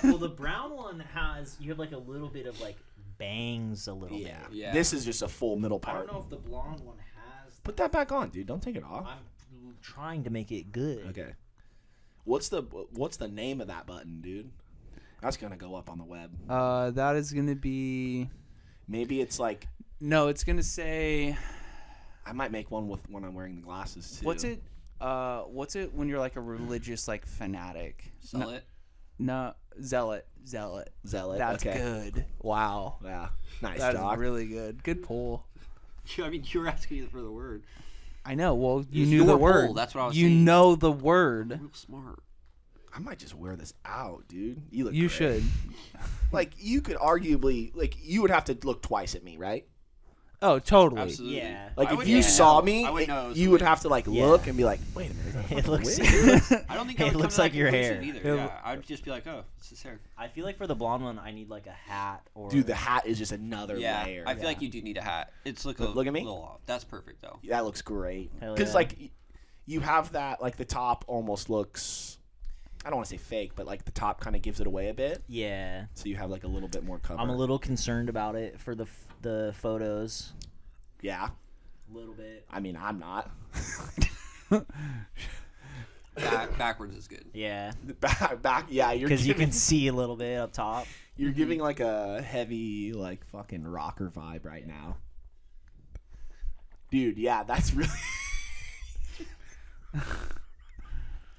well, the brown one has you have like a little bit of like bangs, a
Oh,
little
Yeah.
bit.
Yeah.
This is just a full middle
I don't
part.
know if the blonde one has.
Put that back on, dude. Don't take it off.
I'm trying to make it good.
Okay. What's the What's the name of that button, dude? That's gonna go up on the web.
Uh, that is gonna be
Maybe it's like
no. It's gonna say
I might make one with when I'm wearing the glasses too.
what's it? Uh, what's it when you're like a religious like fanatic?
Sell
no,
it.
no, zealot, zealot.
Zealot.
That's
okay.
good. Wow,
Yeah. Nice
that's
dog.
really good. Good pull.
I mean, you were asking me for the word.
I know. Well, you
Use
knew the
your
word.
poll, that's what I was
You
saying.
know the word.
Real smart.
I might just wear this out, dude. You look.
You
great.
should.
Like you could arguably like you would have to look twice at me, right?
Oh, totally.
Absolutely.
Yeah.
Like
I
if
wouldn't
you
even
saw
know.
me,
I wouldn't
it-
know it was
you
the
would
wig.
have to like
Yeah.
look and be like, wait a minute.
It looks.
I don't
It
think I would
looks
come to
like
that
your
conclusion
hair.
Either. Yeah, I'd just be like, oh, it's his hair.
I feel like for the blonde one, I need like a hat or.
Dude, the hat is just another
Yeah,
layer.
I feel like you do need a hat. It's look a
Look- look at me.
little off. That's perfect though.
that looks great
Hell
because
yeah.
like y- you have that like the top almost looks. I don't want to say fake, but like the top kind of gives it away a bit,
Yeah,
so you have like a little bit more cover.
I'm a little concerned about it for the f- the photos.
yeah.
A little bit.
I mean, I'm not.
Back, backwards is good.
Yeah,
back, back, yeah, you're
because
giving,
you can see a little bit up top.
you're giving like a heavy like fucking rocker vibe right now, dude. Yeah, that's really.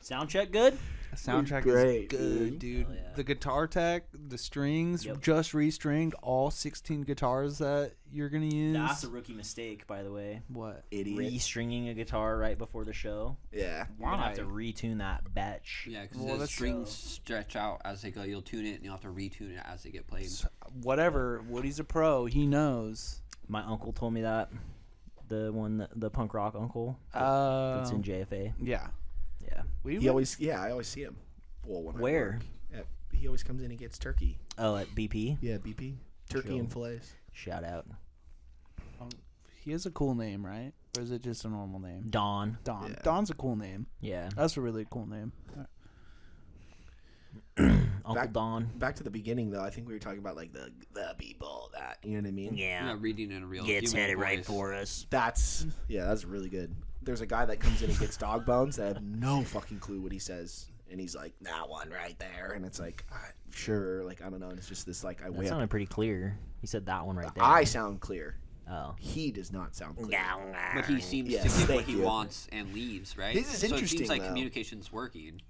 Sound check good.
Soundtrack
Great,
is
dude.
good, dude.
Hell yeah.
The guitar tech, the strings,
Yep.
just restringed all 16 guitars that you're gonna use.
That's a rookie mistake, by the way.
what?
Idiot.
Restringing a guitar right before the show.
yeah.
You're gonna have to
Why?
retune that bitch.
Yeah, because
Well,
the
that's-
strings stretch out as they go. You'll tune it, and you'll have to retune it as they get played.
Whatever. Woody's a pro. He knows.
My uncle told me that. the one that, the punk rock uncle
Uh,
that's in JFA.
yeah.
Yeah.
We
He
went-
always, yeah, I always see him. Well, when I
Where?
work at- he always comes in and gets turkey.
Oh, at BP.
Yeah, BP turkey
Chill.
and fillets.
Shout out
he has a cool name, right? Or is it just a normal name?
Don.
Don.
Yeah.
Don's a cool name.
Yeah,
That's a really cool name.
Uncle
Back-
Don.
Back to the beginning though, I think we were talking about like the the people that you know what I mean.
Yeah,
Yeah,
reading in a real
gets
human
headed right
voice.
for us.
That's yeah, that's really good. There's a guy that comes in and gets dog bones that I have no fucking clue what he says, and he's like that one right there, and it's like uh, sure, like I don't know. And it's just this like I
That
way up.
sounded pretty clear. He said that one right there.
I sound clear.
oh.
He does not sound clear.
But he seems
Yes,
to get what
thank
he
you.
wants and leaves, right?
This is
so it
interesting,
seems like
though.
communication's working.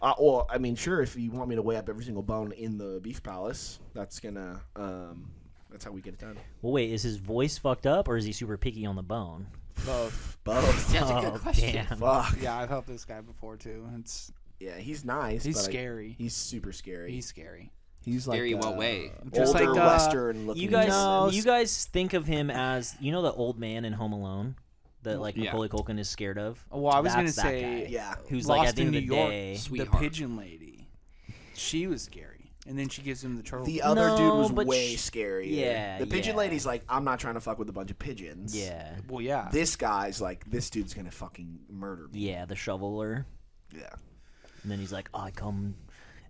Uh, well, I mean, sure. If you want me to weigh up every single bone in the beef palace, that's gonna. Um, that's how we get it done.
Well, wait, is his voice fucked up or is he super picky on the bone?
Both.
Both.
That's a good
Oh,
question.
damn.
Fuck.
yeah, I've helped this guy before too. It's
Yeah, he's nice.
he's
but I-
scary.
he's super scary.
he's scary.
he's uh,
Scary what way?
Just
older
like, uh,
Western looking.
You guys,
No,
you
s-
guys think of him as you know the old man in Home Alone that like
Yeah.
Macaulay Culkin is scared of.
Well, I was
That's
gonna
that
say
guy.
Yeah.
Who's
Lost
like at the
in
end
New
of the
York,
day.
Sweetheart.
the pigeon lady. She was scary, and then she gives him the turtle.
The other dude
No,
was
but
way
sh-
scarier.
yeah,
The pigeon
yeah.
lady's like, I'm not trying to fuck with a bunch of pigeons.
Yeah,
well, yeah.
This guy's like, this dude's gonna fucking murder me.
yeah, the shoveler.
Yeah.
And then he's like, I come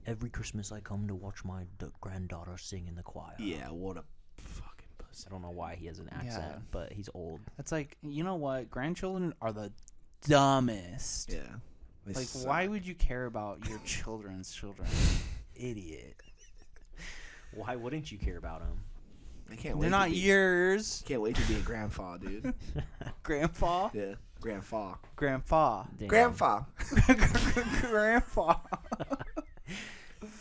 every Christmas. I come to watch my d- granddaughter sing in the choir.
Yeah. What a fucking pussy.
I don't know why he has an accent,
Yeah.
but he's old.
That's like you know what? Grandchildren are the dumbest.
Yeah. They
Like,
suck.
why would you care about your children's children? Idiot.
Why wouldn't you care about him?
I can't wait.
They're
to
not
be-
yours,
Can't wait to be a grandpa, dude.
grandpa.
yeah. Grandpa.
Grandpa.
Damn.
Grandpa.
grandpa.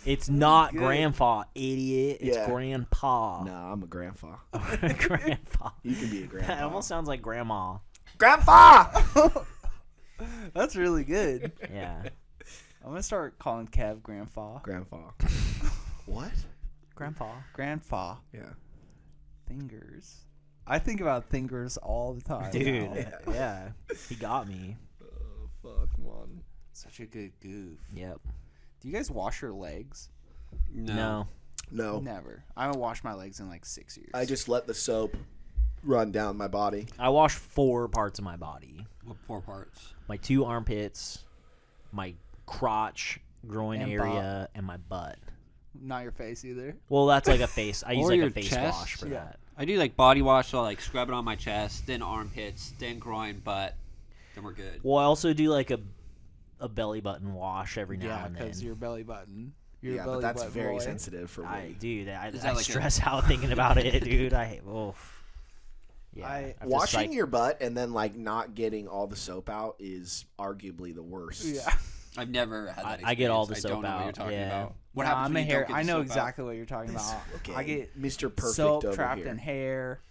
It's not grandpa, idiot. It's
Yeah.
grandpa.
No, I'm a grandpa.
grandpa.
You can be a
That
grandpa.
almost sounds like grandma.
grandpa.
That's really good.
Yeah.
I'm gonna start calling Kev grandpa.
grandpa. what?
Grandpa. Grandpa.
Yeah.
Fingers. I think about fingers all the time.
Dude.
now.
Yeah. He got me.
Oh fuck, man.
Such a good goof.
Yep.
Do you guys wash your legs?
No.
No.
No,
Never. I haven't washed my legs in like six years.
I just let the soap run down my body.
I wash four parts of my body
What four parts?
my two armpits, my crotch, groin
And
area, and my butt.
not your face either.
Well, that's like a face. I use
Or
like
your
a face
chest,
wash for
yeah.
that.
I do like body wash, so I like scrub it on my chest, then armpits, then groin, butt, then we're good.
Well, I also do like a a belly button wash every now
Yeah,
and then.
because your belly button. Your
yeah,
belly
but that's
button
very
boy.
sensitive for me.
I dude, I,
Is
I
that like a-
stress out thinking about it, dude. I oh. Yeah,
I-
have to
Washing
psych-
your butt and then like not getting all the soap out is arguably the worst.
Yeah.
I've never had that.
I- I get all
experience.
the
I don't
soap
know what you're
out,
talking
yeah.
about. What
Nah,
happens
I'm
when
a
you
hair.
don't get
I
the
know
soap out?
exactly what you're talking
This
about.
fucking
I get
Mr. Perfect
soap
over
trapped
here.
in hair.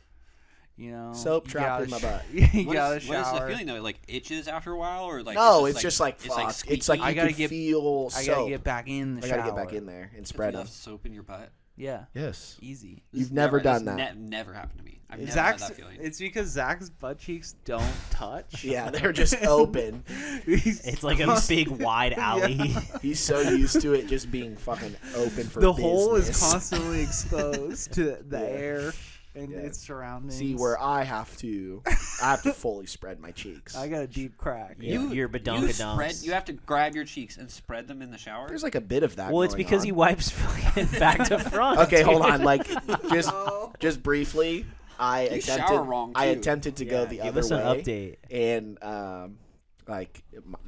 You know,
Soap
you
trapped
gotta
in my
sh-
butt.
you
What
gotta
is, what is the
shower.
feeling though? It, Like itches after a while, or like
no,
is
it's just like fuck. It's like,
squeaky?
you
I gotta
can
get-
feel
I
soap.
gotta get back in the
I
shower.
gotta get back in there and
Have
spread
you
them.
left soap in your butt.
Yeah,
Yes.
easy.
This
You've
has
never done
this
that.
ne- never happened to me. I've never
Zach's.
had that feeling.
It's because Zach's butt cheeks don't touch.
Yeah, they're just open.
He's-
It's like a big wide alley.
He's so used to it just being fucking open for
the hole is
business.
constantly exposed to the
Yeah.
air and
Yeah.
its surroundings.
See where I have to, I have to fully spread my cheeks.
I got a deep crack.
You, your
You
badonkadonks.
spread. You have to grab your cheeks and spread them in the shower.
There's like a bit of that.
Well, it's
going
because
on.
he wipes fucking back to front.
Okay, hold
dude.
on. Like just just briefly, I
You shower
attempted
wrong,
I
too.
attempted to go
Yeah,
the
give
other
us
way.
an update.
And um like my-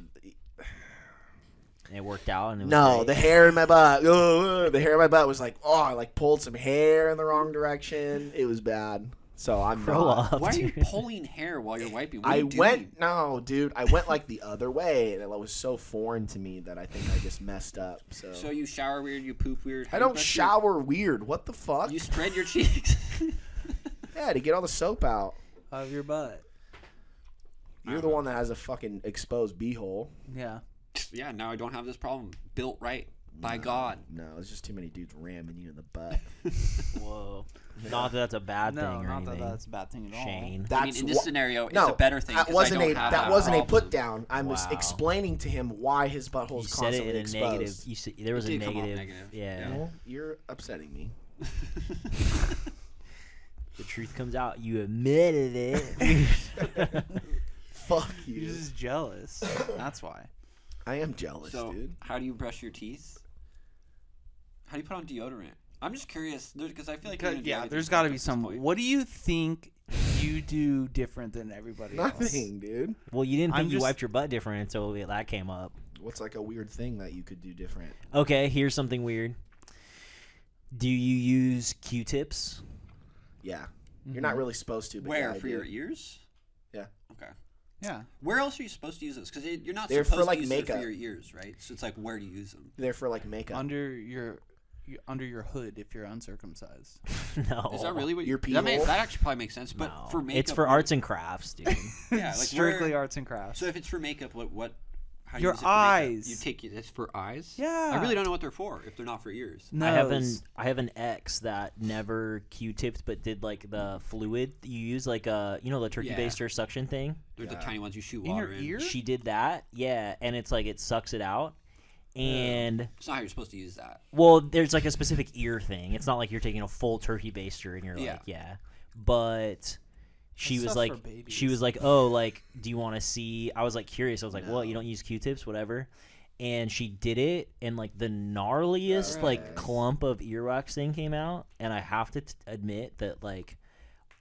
It worked out, and it was
no,
great.
the hair in my butt. ugh, the hair in my butt was like, oh, I like pulled some hair in the wrong direction. It was bad. So I'm
grow
not-
up.
Why are you
dude.
pulling hair while you're wiping? What are
I
you doing?
went no, dude. I went like the other way, and it was so foreign to me that I think I just messed up. So,
So you shower weird, you poop weird. how
I
do you
don't
brush your-
shower weird. What the fuck?
You spread your cheeks.
Yeah, to get all the soap out.
of your butt.
You're
Uh-huh.
the one that has a fucking exposed beehole.
Yeah.
yeah, now I don't have this problem. Built right. By God.
No, it's just too many dudes ramming you in the butt.
Whoa. Not that that's a bad
No,
thing or
not that
anything.
that's a bad thing at all.
Shane.
That's
I mean, in this
wha-
scenario, it's
no,
a better thing.
That
'cause I
wasn't
don't
a
have
that, wasn't a
problem.
put down. I was
Wow.
explaining to him why his butthole's
You said it
constantly
in a
exposed.
negative. You said, there was a
did come off
negative.
negative,
Yeah,
yeah.
Well, you're upsetting me.
The truth comes out. You admitted it.
Fuck
You're
you.
just jealous. That's why.
I am jealous,
so,
dude.
how do you brush your teeth? How do you put on deodorant? I'm just curious because I feel like you're gonna do
Yeah,
everything
there's got to
at
be
this
some.
point.
What do you think you do different than everybody else?
Nothing, dude.
well, you didn't think
I'm
you
just-
wiped your butt different until it- that came up.
What's like a weird thing that you could do different?
Okay, here's something weird. Do you use Q-tips?
Yeah, you're not really supposed to. But
Mm-hmm. Where
yeah, I
for
do.
your ears?
Yeah.
Okay.
Yeah.
Where else are you supposed to use this? Because you're not
They're for,
supposed
like,
to use it
makeup.
for your ears, right? So it's like, where do you use them?
They're for like makeup.
Under your, your under your hood if you're uncircumcised.
no.
Is that really what
Your pee
you- that,
hole?
makes, that actually probably makes sense, but
No.
for makeup,
it's for
what-
arts and crafts, dude.
Yeah, like
Strictly
where-
arts and crafts.
So if it's for makeup, what what? How do you
Your
use it for makeup?
eyes.
You take it. It's for eyes.
yeah.
I really don't know what they're for if they're not for ears.
Nose.
I have an I have an ex that never Q-tipped, but did like the fluid you use, like uh you know the turkey
Yeah.
baster suction thing.
They're the
Yeah.
tiny ones you shoot
in
water
your
in.
ear.
She did that, yeah, and it's like it sucks it out. And
It's not how you're supposed to use that.
well, there's like a specific ear thing. It's not like you're taking a full turkey baster and you're
Yeah.
like, yeah. But she was
That's stuff for
like, she
babies.
was like, oh, like, do you want to see? I was like curious. I was like, what? You don't use Q-tips, whatever. And she did it, and like the gnarliest like
Gross.
clump of earwax thing came out. And I have to t- admit that like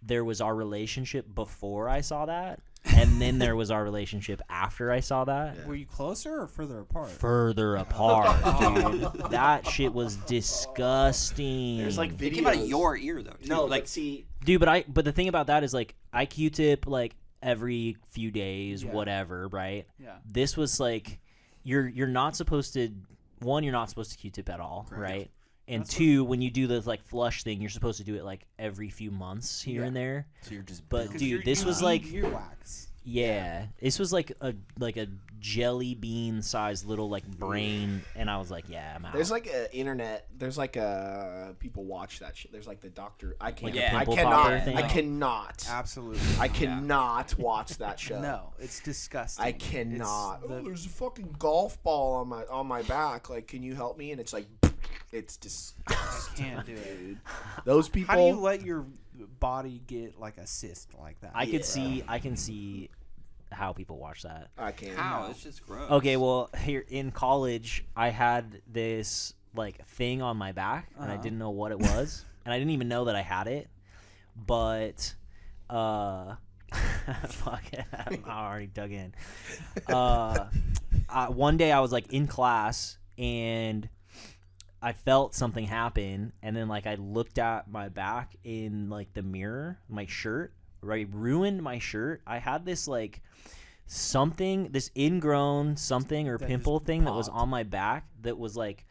there was our relationship before I saw that, and then there was our relationship after I saw that
Were you closer or further apart?
further apart, dude. That shit was disgusting.
There's like
Think
videos.
about it, your ear though. Too.
no,
like
like see,
dude, but I but the thing about that is like I Q-tip like every few days,
Yeah.
whatever, right?
Yeah.
This was like you're you're not supposed to one, you're not supposed to Q-tip at all, right? And two, when you do the like flush thing, you're supposed to do it like every few months here
Yeah.
and there.
so you're just
But
built.
'Cause
dude,
you're-
this
you
was
need
like-
earwax.
Yeah. This was like a like a jelly bean sized little like brain and I was like, Yeah, I'm out.
There's like a internet. There's like a people watch that shit. There's like the doctor. I can't.
a
Yeah. I
pimple
cannot.
popper thing?
I cannot.
Absolutely.
I cannot watch that show.
No, it's disgusting.
I
It's
cannot.
the-
oh, there's a fucking golf ball on my on my back. Like, can you help me? And it's like, it's just
I can't do it.
those people.
How do you let your body get like a cyst like that?
I
Yeah.
could see I can see how people watch that.
I can't.
how? It's just gross.
Okay, well, here in college I had this like thing on my back and I
Uh-huh.
didn't know what it was and I didn't even know that I had it. But uh fuck it, I'm already dug in. Uh I, one day I was like in class and I felt something happen, and then like I looked at my back in like the mirror, my shirt. Right, ruined my shirt. I had this like something, this ingrown something or
That
pimple
just
thing that was
popped.
on my back that was like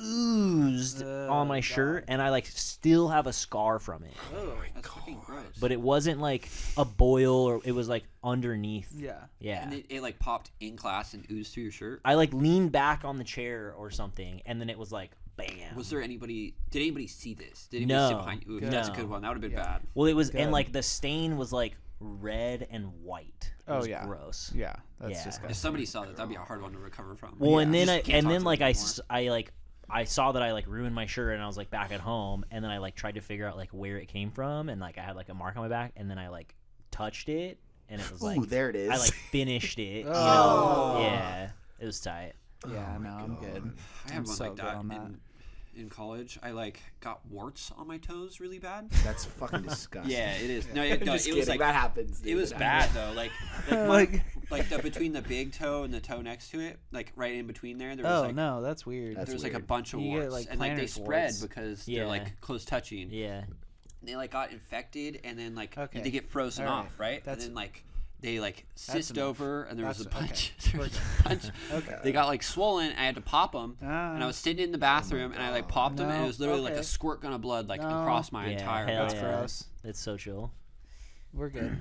oozed
Oh,
on my shirt,
God.
and I like still have a scar from it.
oh my that's fucking gross.
But it wasn't like a boil, or it was like underneath.
Yeah.
Yeah,
and it, it like popped in class and oozed through your shirt.
I like leaned back on the chair or something, and then it was like bam.
Was there anybody? Did anybody see this? Did anybody sit
No.
behind you? Ooh,
Good.
That's a
No.
good one. That would have been
Yeah.
bad.
Well, it was, and
Good.
like the stain was like red and white. It
Oh,
was
yeah.
gross.
Yeah. That's
Yeah.
If
disgusting.
somebody saw that, that'd be a hard one to recover from.
Well, and
You
then
just
I,
can't
and
talk
then
to
like
them
I,
anymore.
s- I like I saw that I like ruined my shirt, and I was like back at home, and then I like tried to figure out like where it came from, and like I had like a mark on my back, and then I like touched it, and it was
Ooh,
like
there it is.
I like finished it. you know?
Oh.
Yeah, it was tight.
Yeah. no, I'm good.
I had
I'm
one
so
like
good
that
on that.
in, in college. I like got warts on my toes really bad.
That's fucking disgusting.
Yeah, it is. No, it,
I'm
no,
just
it
kidding.
was like
that happens.
it
dude.
was
That
bad
happens.
though. Like like,
Like-
my- like the between the big toe and the toe next to it, like right in between there. There was
Oh
like
no, that's weird.
That's
there was like a
weird.
bunch of
You get,
warts,
like,
and like they
plantar
spread
warts.
because
Yeah.
they're like close touching.
Yeah,
They like got infected, and then like
Okay.
they get frozen
All right.
off, right?
That's-
and then like they like cyst
enough.
over, and there was a
That's- okay.
bunch. There was a bunch.
Okay.
They got like swollen. I had to pop them, and I
Ah.
was sitting in the bathroom, and I like popped them, and it
No,
was literally like
okay.
a squirt gun of blood like
No.
across my
Yeah,
entire
hell
body.
yeah.
Gross.
it's so chill.
We're good.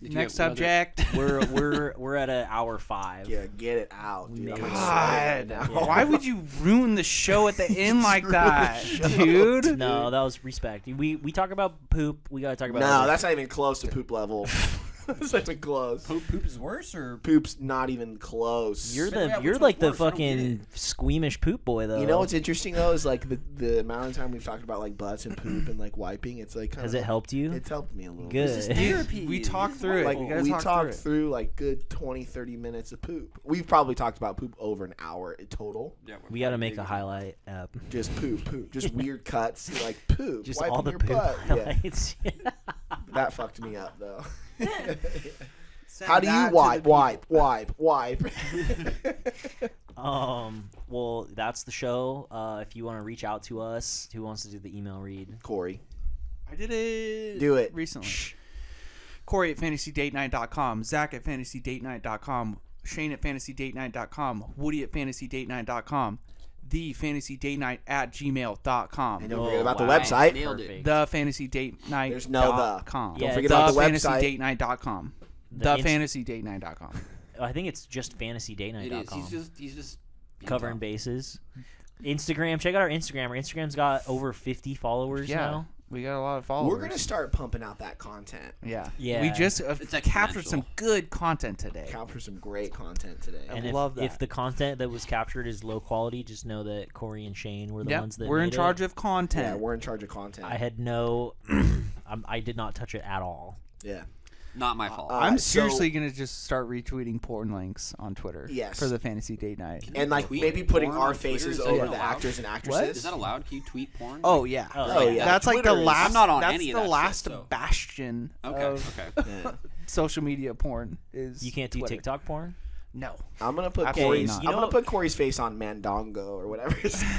Did you
Next
get another-
subject.
we're we're we're at an hour five.
Yeah, get it out. Dude. I'm
God,
excited right now.
why would you ruin the show at the end like
ruined
that,
the show,
dude?
No, that was respect. We we talk about poop. We gotta talk about
No,
other-
that's not even close to poop level. that's not even close.
Poop, poop is worse, or
Poop's not even close.
You're the
Yeah, which
you're
one's
like the
worse? I don't get
fucking squeamish poop boy though.
You know what's interesting though is like the, the amount of time we've talked about like butts and poop and like wiping. It's like kind
has it helped you?
It's helped me a little.
Good.
Bit.
this is therapy.
We talked
This is
through it.
Like
You
wonderful.
gotta
we
talk
talked
through it.
through like good 20, 30 minutes of poop. We've probably talked about poop over an hour in total.
Yeah, we're
we gotta
probably
make a
digging.
highlight app.
Just poop, poop, just weird cuts, like poop,
Just
wiping
all the
your
poop
butt. Yeah,
highlights.
that fucked me up though. How do you wipe, wipe, wipe, wipe?
um. Well, that's the show. Uh, if you want to reach out to us, who wants to do the email read?
Corey,
I did it.
do it.
recently.
Shh.
Corey at fantasydatenight.com, Zach at fantasydatenight.com, Shane at fantasydatenight.com, Woody at fantasydatenight.com, the fantasydatenight at
And
gmailcom
don't
Oh,
forget about the
wow.
website.
Nailed it.
The fantasydatenight.
There's no the.
com.
Don't Yeah,
forget about the website.
fantasydatenight.com.
The
The
inst-
fantasydatenight.com.
I think it's just
It is. He's
fantasydatenight.com.
just he's just being
Covering
tough.
bases. Instagram. Check out our Instagram. Our Instagram's got over 50 followers
Yeah.
now.
We got a lot of followers.
We're gonna start pumping out that content.
Yeah.
Yeah.
We just uh,
It's
captured some
exponential.
good content today.
Capture some great content today.
I
And if,
love
if
that.
the content that was captured is low quality, just know that Corey and Shane were the
Yeah,
ones that
we're in
made it.
charge of
Yeah,
content.
we're in charge of content.
I had no. I'm, I did not touch it at all.
yeah.
Not my fault.
Uh,
I'm
so-
seriously gonna just start retweeting porn links on Twitter.
Yes.
For the fantasy date night.
and like
Tweet
maybe putting
porn
our
on Twitter? Is
faces
that
over
allowed?
the actors and
Is
actresses.
that allowed? Can you tweet porn?
Oh yeah.
Oh,
yeah.
That's like the
Twitter is-
last.
uh, I'm not on
that's
any of
the
that shit,
last
so.
bastion
uh,
Okay.
of
Okay.
Yeah.
social media porn. Is
You can't do
Twitter.
TikTok porn.
No,
I'm gonna put
Absolutely
Corey's.
not.
I'm
You
gonna
know-
put Corey's face on Mandongo or whatever his name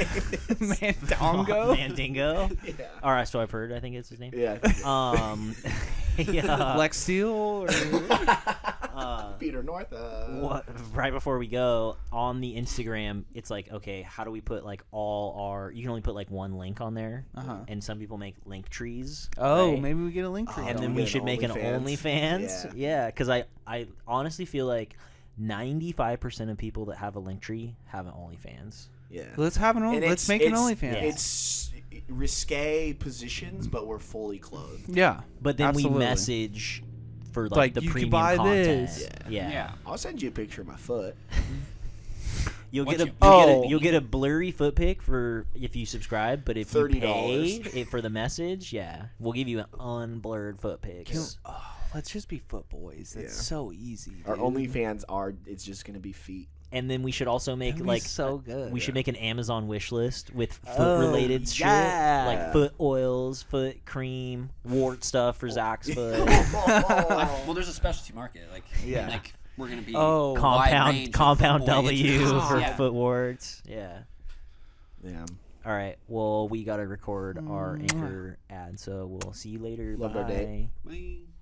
is.
Oh,
Mandongo.
Mandingo.
yeah.
All right, so I've heard. I think it's his name.
Yeah.
Um. yeah.
Lex Steel. Or...
uh,
Peter North. Uh,
what, right before we go on the Instagram, it's like, okay, how do we put like all our? You can only put like one link on there,
Uh-huh.
and some people make link trees.
oh,
right?
maybe we get a link for
Oh,
you.
and
Don't
then
we
we
get
should
an
make an
OnlyFans?
OnlyFans. Yeah, because I, I honestly feel like 95% of people that have a link tree have an OnlyFans.
Yeah.
Let's have an. Only,
And it's-
let's make an
it's-
OnlyFans.
yeah.
It's risque positions, but we're fully clothed.
Yeah.
But then
Absolutely.
we message for like,
Like,
the
you could
premium
buy
content.
this.
Yeah.
Yeah.
I'll send you a picture of my foot.
You'll
Once
get a
you-
you'll, get
Oh.
a you'll get a blurry foot pic for if you subscribe, but if you pay
$30.
it for the message, yeah, we'll give you an unblurred foot pics.
Oh, let's just be foot boys. That's
Yeah.
so easy. Dude.
Our OnlyFans are. It's just gonna be feet.
And then we should also make
That'd be
like uh,
so good.
We should make an Amazon wish list with foot
Oh,
related
yeah.
shit, like foot oils, foot cream, wart stuff for Zach's foot,
I- well, there's a specialty market. Like,
Yeah.
like we're gonna be
Oh.
wide range
compound
of
compound
football
W
interests.
for
Yeah.
foot warts. Yeah.
yeah.
All right. Well, we gotta record our anchor ad, so we'll see you later.
Loved our day.
Bye.
Bye.